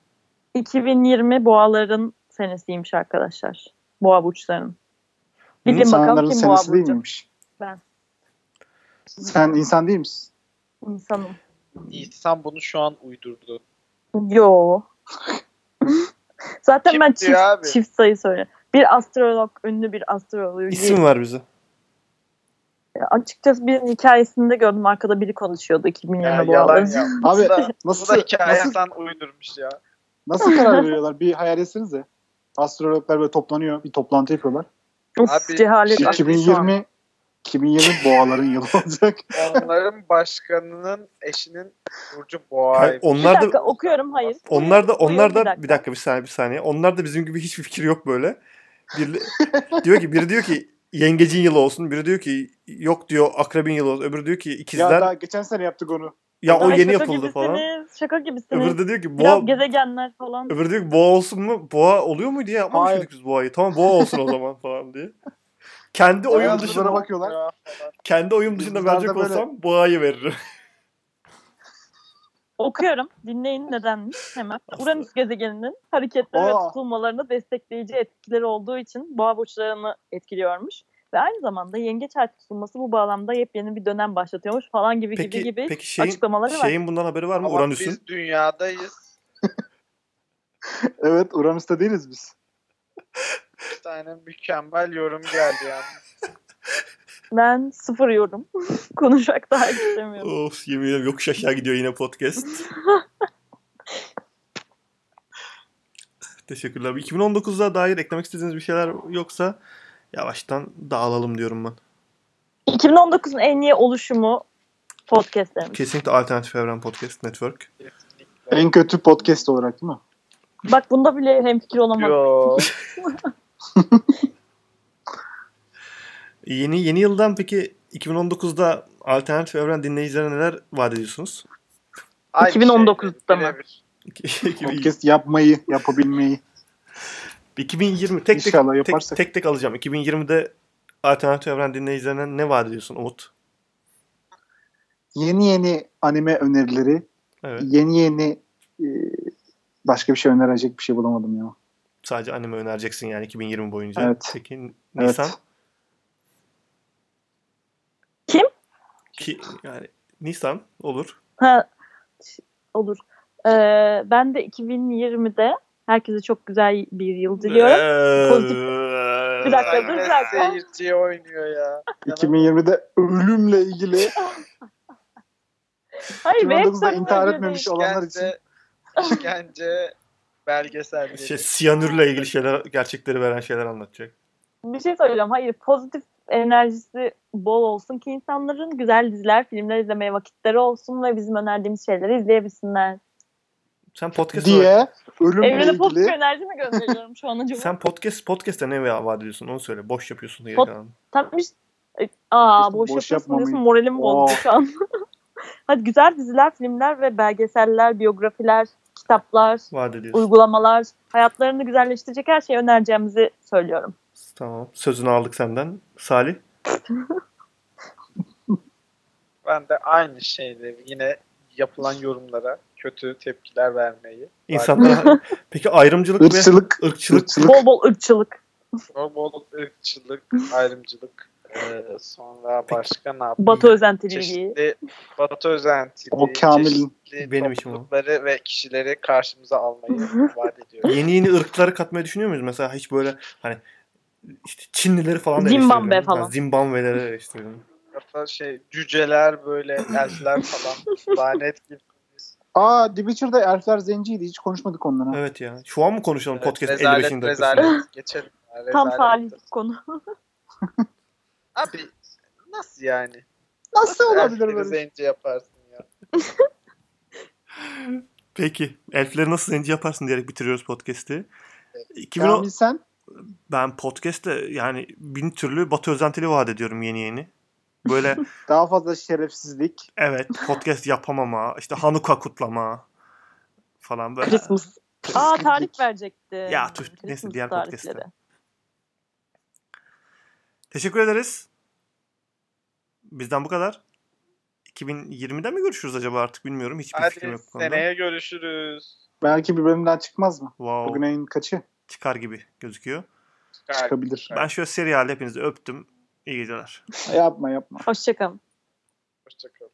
C: 2020 boğaların senesiymiş arkadaşlar. Boğa burçlarının. Bilin
D: İnsanların
C: bakalım kim boğa
D: senesi değil
C: burcu.
D: miymiş?
C: Ben.
D: Sen insan değil misin?
C: İnsanım.
B: İhsan bunu şu an uydurdu.
C: Yo. Zaten
B: Kim
C: ben
B: diyor abi?
C: çift, çift sayı söylüyorum. Bir astrolog, ünlü bir astrolog.
A: İsim ver bize.
C: Açıkçası bir hikayesinde gördüm. Arkada biri konuşuyordu 2020
B: Ya, yalan
C: boğaların.
B: ya.
D: Abi,
B: bu da,
D: Nasıl
B: bu da hikaye
D: nasıl,
B: sen uydurmuş ya.
D: nasıl karar veriyorlar? Bir hayal etsenize. Astrologlar böyle toplanıyor. Bir toplantı yapıyorlar.
C: Of
B: Abi,
C: cehalet
B: şey-
C: aşkı şu an.
D: 2020 2020 boğaların yılı olacak.
B: Onların başkanının eşinin Burcu
A: Hayır,
B: Boğa'ymış.
C: Bir
A: onlar
C: dakika
A: da
C: okuyorum hayır.
A: onlar da
C: Buyurun,
A: onlar
C: buyurun,
A: da bir dakika bir saniye bir saniye. Onlar da bizim gibi hiçbir fikir yok böyle. Bir, diyor ki biri diyor ki yengecin yılı olsun. Biri diyor ki yok diyor akrabin yılı olsun. Öbürü diyor ki ikizler.
D: Ya
A: Ya,
D: daha geçen sene yaptık onu.
A: o
C: Ay
A: yeni
C: şaka
A: yapıldı falan.
C: gibisiniz, Şaka gibisiniz.
A: Öbürü de diyor ki
C: Biraz
A: boğa,
C: gezegenler falan.
A: öbürü diyor ki boğa olsun mu? Boğa oluyor muydu ya? Yapmamış
D: Hayır.
A: mıydık biz boğayı? Tamam boğa olsun o zaman falan diye. Kendi oyun
D: Bayağı
A: dışında,
D: dışarı bakıyorlar.
B: Ya,
A: kendi oyun dışında
D: Yıldızlarda
A: verecek
D: böyle.
A: olsam boğayı veririm.
C: Okuyorum. Dinleyin nedenmiş hemen. Uranüs gezegeninin hareketleri ve
D: Aa.
C: tutulmalarına destekleyici etkileri olduğu için boğa burçlarını etkiliyormuş. Ve aynı zamanda yengeç ay tutulması bu bağlamda yepyeni bir dönem başlatıyormuş falan gibi
A: Peki,
C: gibi gibi
A: peki şeyin,
C: açıklamaları var.
A: şeyin bundan haberi var mı?
B: Ama
A: Uranüs'ün.
B: biz dünyadayız.
D: Evet Uranüs'te değiliz biz.
B: Bir tane mükemmel yorum geldi yani.
C: Ben sıfır yorum. Konuşmak daha istemiyorum.
A: Of yemin ederim yokuş aşağı gidiyor yine podcast. Teşekkürler. 2019'a dair eklemek istediğiniz bir şeyler yoksa yavaştan dağılalım diyorum ben.
C: 2019'un en iyi oluşumu podcastlerimiz.
A: Kesinlikle Alternatif Evren Podcast Network.
B: Kesinlikle.
D: En kötü podcast olarak değil mi?
C: Bak bunda bile hemfikir olamadım.
B: Yo.
A: Yeni yeni yıldan peki 2019'da Alternatif Evren dinleyicilere neler vaat ediyorsunuz?
B: Aynı
C: 2019'da mı?
B: şey birebir.
D: Podcast yapmayı, yapabilmeyi.
A: 2020 tek tek,
D: İnşallah
A: tek
D: yaparsak.
A: tek tek alacağım. 2020'de Alternatif Evren dinleyicilerine ne vaat ediyorsun Umut?
D: Yeni yeni anime önerileri,
A: Evet.
D: yeni yeni e, başka bir şey önerecek bir şey bulamadım ya.
A: Sadece anime önereceksin yani 2020 boyunca.
D: Evet.
A: Peki
D: Evet.
A: Nisan?
C: Kim?
A: Ki, yani Nisan olur.
C: Ha, olur. Ee, ben de 2020'de herkese çok güzel bir yıl diliyorum.
A: Ee,
C: Pozitif.
A: Eee,
C: Bir dakika,
B: Ay,
C: dur,
B: ne
C: bir dakika.
B: Seyirciye oynuyor ya.
D: 2020'de ölümle ilgili
C: Hayır, ve
D: 2019'da
C: hepsi
D: intihar
C: öyle
D: etmemiş
C: değil.
D: olanlar için.
B: İşkence, işkence belgesel.
A: Şey,
B: Şey,
A: siyanürle ilgili şeyler, gerçekleri veren şeyler anlatacak.
C: Bir şey söyleyeceğim. Hayır, pozitif enerjisi bol olsun ki insanların güzel diziler, filmler izlemeye vakitleri olsun ve bizim önerdiğimiz şeyleri izleyebilsinler.
A: Sen podcast olarak,
D: diye ölümle
C: Evrene pozitif
D: ilgili
C: enerji mi gönderiyorum şu an acaba?
A: sen podcast podcast'te ne vaat ediyorsun onu söyle. Boş yapıyorsun diye.
C: Pod-
A: kalan.
C: Tam bir E, Aa
D: Boş
C: boş, yapıyorsun
D: yapmamayı.
C: diyorsun moralim bozdu
D: Oo.
C: şu an. Hadi güzel diziler, filmler ve belgeseller, biyografiler, kitaplar,
A: vaat ediyorsun.
C: uygulamalar, hayatlarını güzelleştirecek her şeyi önereceğimizi söylüyorum.
A: Tamam. Sözünü aldık senden. Salih.
B: ben de aynı şeyleri yine yapılan yorumlara kötü tepkiler vermeyi.
A: İnsanlara peki ayrımcılık ve
D: ırkçılık,
A: ırkçılık
D: ırkçılık
C: Bol bol ırkçılık.
B: Bol bol ırkçılık, ayrımcılık. Ee, sonra
A: Peki.
B: başka ne yapayım?
C: Batı özentiliği.
B: Çeşitli Batı özentiliği,
D: O Kamil'in.
B: çeşitli
A: Benim işim o.
B: toplulukları ve kişileri karşımıza almayı vaat ediyorum.
A: yeni yeni ırkları katmayı düşünüyor muyuz? Mesela hiç böyle hani işte Çinlileri falan da
C: Zimbabwe
A: eleştirelim.
C: falan.
A: Ha, Zimbabwe'leri eleştirelim.
B: Hatta şey cüceler böyle elfler falan lanet gibi.
D: Aa The Witcher'da elfler zenciydi. Hiç konuşmadık onlara.
A: Evet ya. Şu an mı konuşalım podcast 55.
B: rezalet
A: dakikasında?
B: rezalet geçelim. ya,
C: Tam
B: rezalet.
C: talih konu.
B: Abi nasıl yani?
D: Nasıl olabilir
B: Elfleri
D: böyle? şey?
B: zenci yaparsın ya.
A: Peki. Elfleri nasıl zenci yaparsın diyerek bitiriyoruz podcast'i. 2010
D: Kamil sen
A: ben podcast'le yani bin türlü Batı özentili vaat ediyorum yeni yeni. Böyle
D: daha fazla şerefsizlik.
A: evet podcast yapamama, işte Hanuka kutlama falan böyle.
C: Christmas. Aa tarih verecekti.
A: Ya, tüh, neyse, diğer podcast'te.
C: tarihleri.
A: Teşekkür ederiz. Bizden bu kadar. 2020'de mi görüşürüz acaba artık bilmiyorum. Hiçbir fikrim
B: Hadi
A: yok bu konuda.
B: seneye görüşürüz.
D: Belki bir bölümden çıkmaz mı?
A: Wow.
D: Bugün ayın kaçı?
A: Çıkar gibi gözüküyor.
D: Çıkabilir.
A: Ben şöyle seri halde hepinizi öptüm. İyi geceler.
D: Yapma yapma.
C: Hoşçakalın.
B: Hoşçakalın.